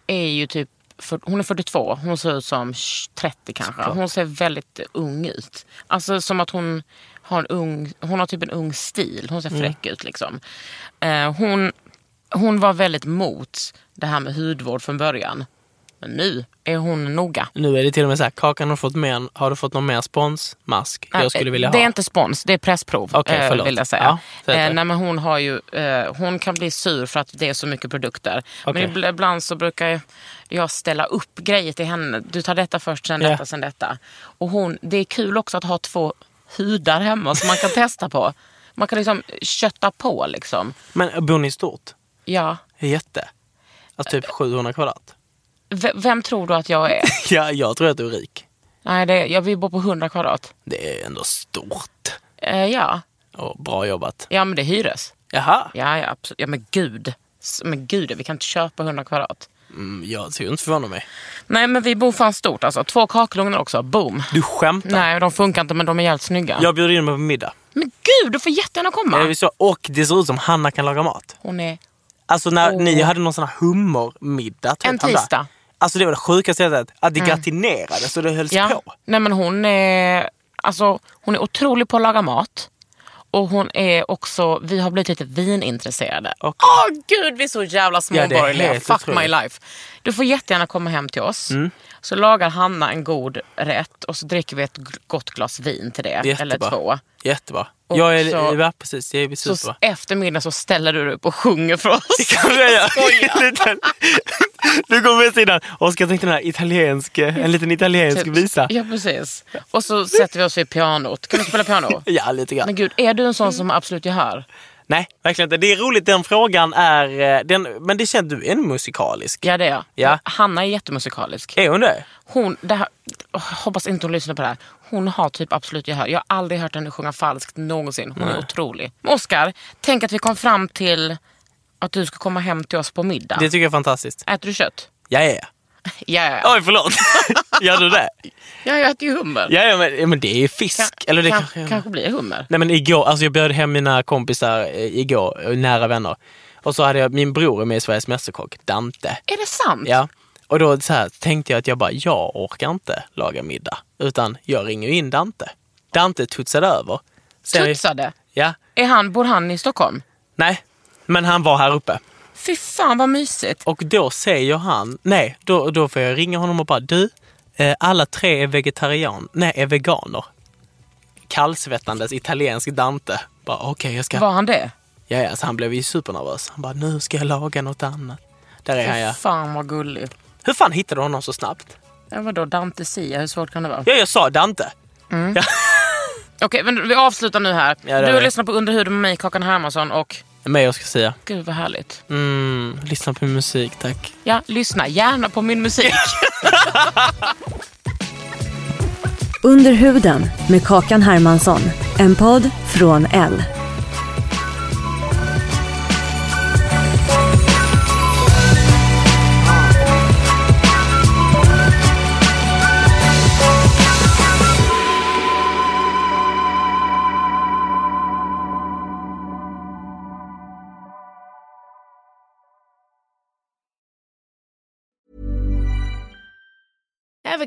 [SPEAKER 3] är ju typ, för, hon är 42, hon ser ut som 30 kanske. Hon ser väldigt ung ut. Alltså som att hon har en ung, hon har typ en ung stil. Hon ser fräck ut liksom. Eh, hon, hon var väldigt mot det här med hudvård från början. Men nu är hon noga.
[SPEAKER 4] Nu är det till och med så här, Kakan har fått mer, har du fått någon mer sponsmask
[SPEAKER 3] Nej,
[SPEAKER 4] jag skulle vilja
[SPEAKER 3] Ah, det
[SPEAKER 4] ha?
[SPEAKER 3] är inte spons, det är pressprov.
[SPEAKER 4] Okej,
[SPEAKER 3] eh,
[SPEAKER 4] förlåt.
[SPEAKER 3] vill jag säga.
[SPEAKER 4] Ja, säg det.
[SPEAKER 3] eh, nej, men hon, har ju, eh, hon kan bli sur för att det är så mycket produkter.
[SPEAKER 4] Okej.
[SPEAKER 3] Men ibl- ibland så brukar jag- jag ställa upp grejer till henne. Du tar detta först, sen
[SPEAKER 4] Ja.
[SPEAKER 3] detta, sen detta. Och hon, det är kul också att ha två hudar hemma som man kan (laughs) testa på. Man kan liksom kötta på liksom.
[SPEAKER 4] Men bor ni stort?
[SPEAKER 3] Ja.
[SPEAKER 4] Jätte? Alltså typ
[SPEAKER 3] (laughs)
[SPEAKER 4] 700 kvadrat?
[SPEAKER 3] V- vem tror du att jag
[SPEAKER 4] (laughs)
[SPEAKER 3] är?
[SPEAKER 4] Ja, jag tror att du är rik.
[SPEAKER 3] nej, det, jag vill bo på 100 kvadrat.
[SPEAKER 4] Det är ändå stort.
[SPEAKER 3] Eh, ja.
[SPEAKER 4] Och bra jobbat.
[SPEAKER 3] ja, men det är hyres.
[SPEAKER 4] Jaha.
[SPEAKER 3] Ja, ja, absolut. Ja, men gud. S- Men gud, vi kan inte köpa 100 kvadrat.
[SPEAKER 4] Mm, jag skulle inte förvåna mig.
[SPEAKER 3] Nej men vi bor fan stort alltså. Två kakelugnar också, boom.
[SPEAKER 4] Du skämtar?
[SPEAKER 3] Nej de funkar inte men de är jävligt snygga.
[SPEAKER 4] Jag bjuder in mig på middag.
[SPEAKER 3] Men gud du får jättegärna komma.
[SPEAKER 4] Är vi så? Och det ser ut som Hanna kan laga mat.
[SPEAKER 3] Hon är...
[SPEAKER 4] Alltså när
[SPEAKER 3] Åh.
[SPEAKER 4] ni hade någon sån här hummermiddag. Typ,
[SPEAKER 3] En
[SPEAKER 4] Hanna.
[SPEAKER 3] tisdag. Mm.
[SPEAKER 4] Alltså det var det sjukaste sättet. Att det gratinerade så det hölls
[SPEAKER 3] Ja.
[SPEAKER 4] på.
[SPEAKER 3] Nej men hon är... Alltså hon är otrolig på att laga mat. Och hon är också, vi har blivit lite vinintresserade. Åh
[SPEAKER 4] Okej.
[SPEAKER 3] gud vi är så jävla
[SPEAKER 4] det är
[SPEAKER 3] småborgerliga,
[SPEAKER 4] helt
[SPEAKER 3] fuck my
[SPEAKER 4] otroligt. Mm.
[SPEAKER 3] life. Du får jättegärna komma hem till oss. Så lagar Hanna en god rätt och så dricker vi ett g- gott glas vin till det. Eller
[SPEAKER 4] Jättebra.
[SPEAKER 3] två.
[SPEAKER 4] Jättebra.
[SPEAKER 3] Och
[SPEAKER 4] jag är,
[SPEAKER 3] så-
[SPEAKER 4] ja, precis, jag är
[SPEAKER 3] Så
[SPEAKER 4] (laughs) superbra. (laughs)
[SPEAKER 3] efter middag så ställer du dig upp och sjunger för oss.
[SPEAKER 4] Kanske jag gör. En liten- Du kom med sidan. Oskar tänkte den här italienske, en liten italiensk visa.
[SPEAKER 3] Typ. Ja, precis. Och så sätter vi oss vid pianot. Kan du spela piano?
[SPEAKER 4] (laughs) Ja, lite grann.
[SPEAKER 3] Men gud, är du en sån som absolut gör här?
[SPEAKER 4] Nej, verkligen inte. Det är roligt, den frågan är... eh, Den, men det känns du är en musikalisk.
[SPEAKER 3] Ja, det är jag.
[SPEAKER 4] Ja.
[SPEAKER 3] Hanna är jättemusikalisk.
[SPEAKER 4] Är hon det?
[SPEAKER 3] Hon, det här, åh, hoppas inte hon lyssnar på det här. Hon har typ absolut gehör. Jag har aldrig hört henne sjunga falskt någonsin. Hon är otrolig. Men Oscar, tänk att vi kom fram till att du ska komma hem till oss på middag.
[SPEAKER 4] Det tycker jag är fantastiskt.
[SPEAKER 3] Äter du kött?
[SPEAKER 4] Ja, ja, ja.
[SPEAKER 3] Ja, ja, ja.
[SPEAKER 4] Oj, förlåt. (laughs) Gör du det?
[SPEAKER 3] ja jag äter ju hummer.
[SPEAKER 4] Ja, ja, men, ja, men det är fisk. Eller det
[SPEAKER 3] kan-
[SPEAKER 4] kanske...
[SPEAKER 3] kanske blir hummer.
[SPEAKER 4] Nej men igår, alltså jag bjöd hem mina kompisar eh, igår, eh, nära vänner. Och så hade jag, min bror är med i Sveriges Mästerkock, Dante.
[SPEAKER 3] Är det sant?
[SPEAKER 4] Ja. Och då så här, tänkte jag att jag bara, jag orkar inte laga middag. Utan jag ringer in Dante. Dante tutsade över. Sen-
[SPEAKER 3] Tutsade?
[SPEAKER 4] Ja.
[SPEAKER 3] Är han, bor han i Stockholm?
[SPEAKER 4] Nej. Men han var här uppe.
[SPEAKER 3] Fy fan vad mysigt.
[SPEAKER 4] Och då säger han, nej, då, då får jag ringa honom och bara, du, eh, alla tre är vegetarian, nej, är veganer. Kallsvettandes italiensk Dante. Bara, okej, jag ska...
[SPEAKER 3] Var han det?
[SPEAKER 4] Ja, ja, så han blev ju supernervös. Han bara, nu ska jag laga något annat. Där är han
[SPEAKER 3] Fy
[SPEAKER 4] ja.
[SPEAKER 3] fan vad gullig.
[SPEAKER 4] Hur fan hittade du honom så snabbt?
[SPEAKER 3] Ja, vadå, Dante Sia, hur svårt kan det vara?
[SPEAKER 4] Ja, jag sa Dante.
[SPEAKER 3] Okej, men vi avslutar nu här.
[SPEAKER 4] Ja, det
[SPEAKER 3] du
[SPEAKER 4] gör
[SPEAKER 3] har
[SPEAKER 4] vi.
[SPEAKER 3] lyssnat på Under huden med mig, Kakan Hermansson och
[SPEAKER 4] Men jag ska säga,
[SPEAKER 3] gud vad härligt.
[SPEAKER 4] mm, lyssna på min musik, tack.
[SPEAKER 3] Ja, lyssna gärna på min musik.
[SPEAKER 5] Under huden med Kakan Hermansson. En podd från L.
[SPEAKER 6] Ever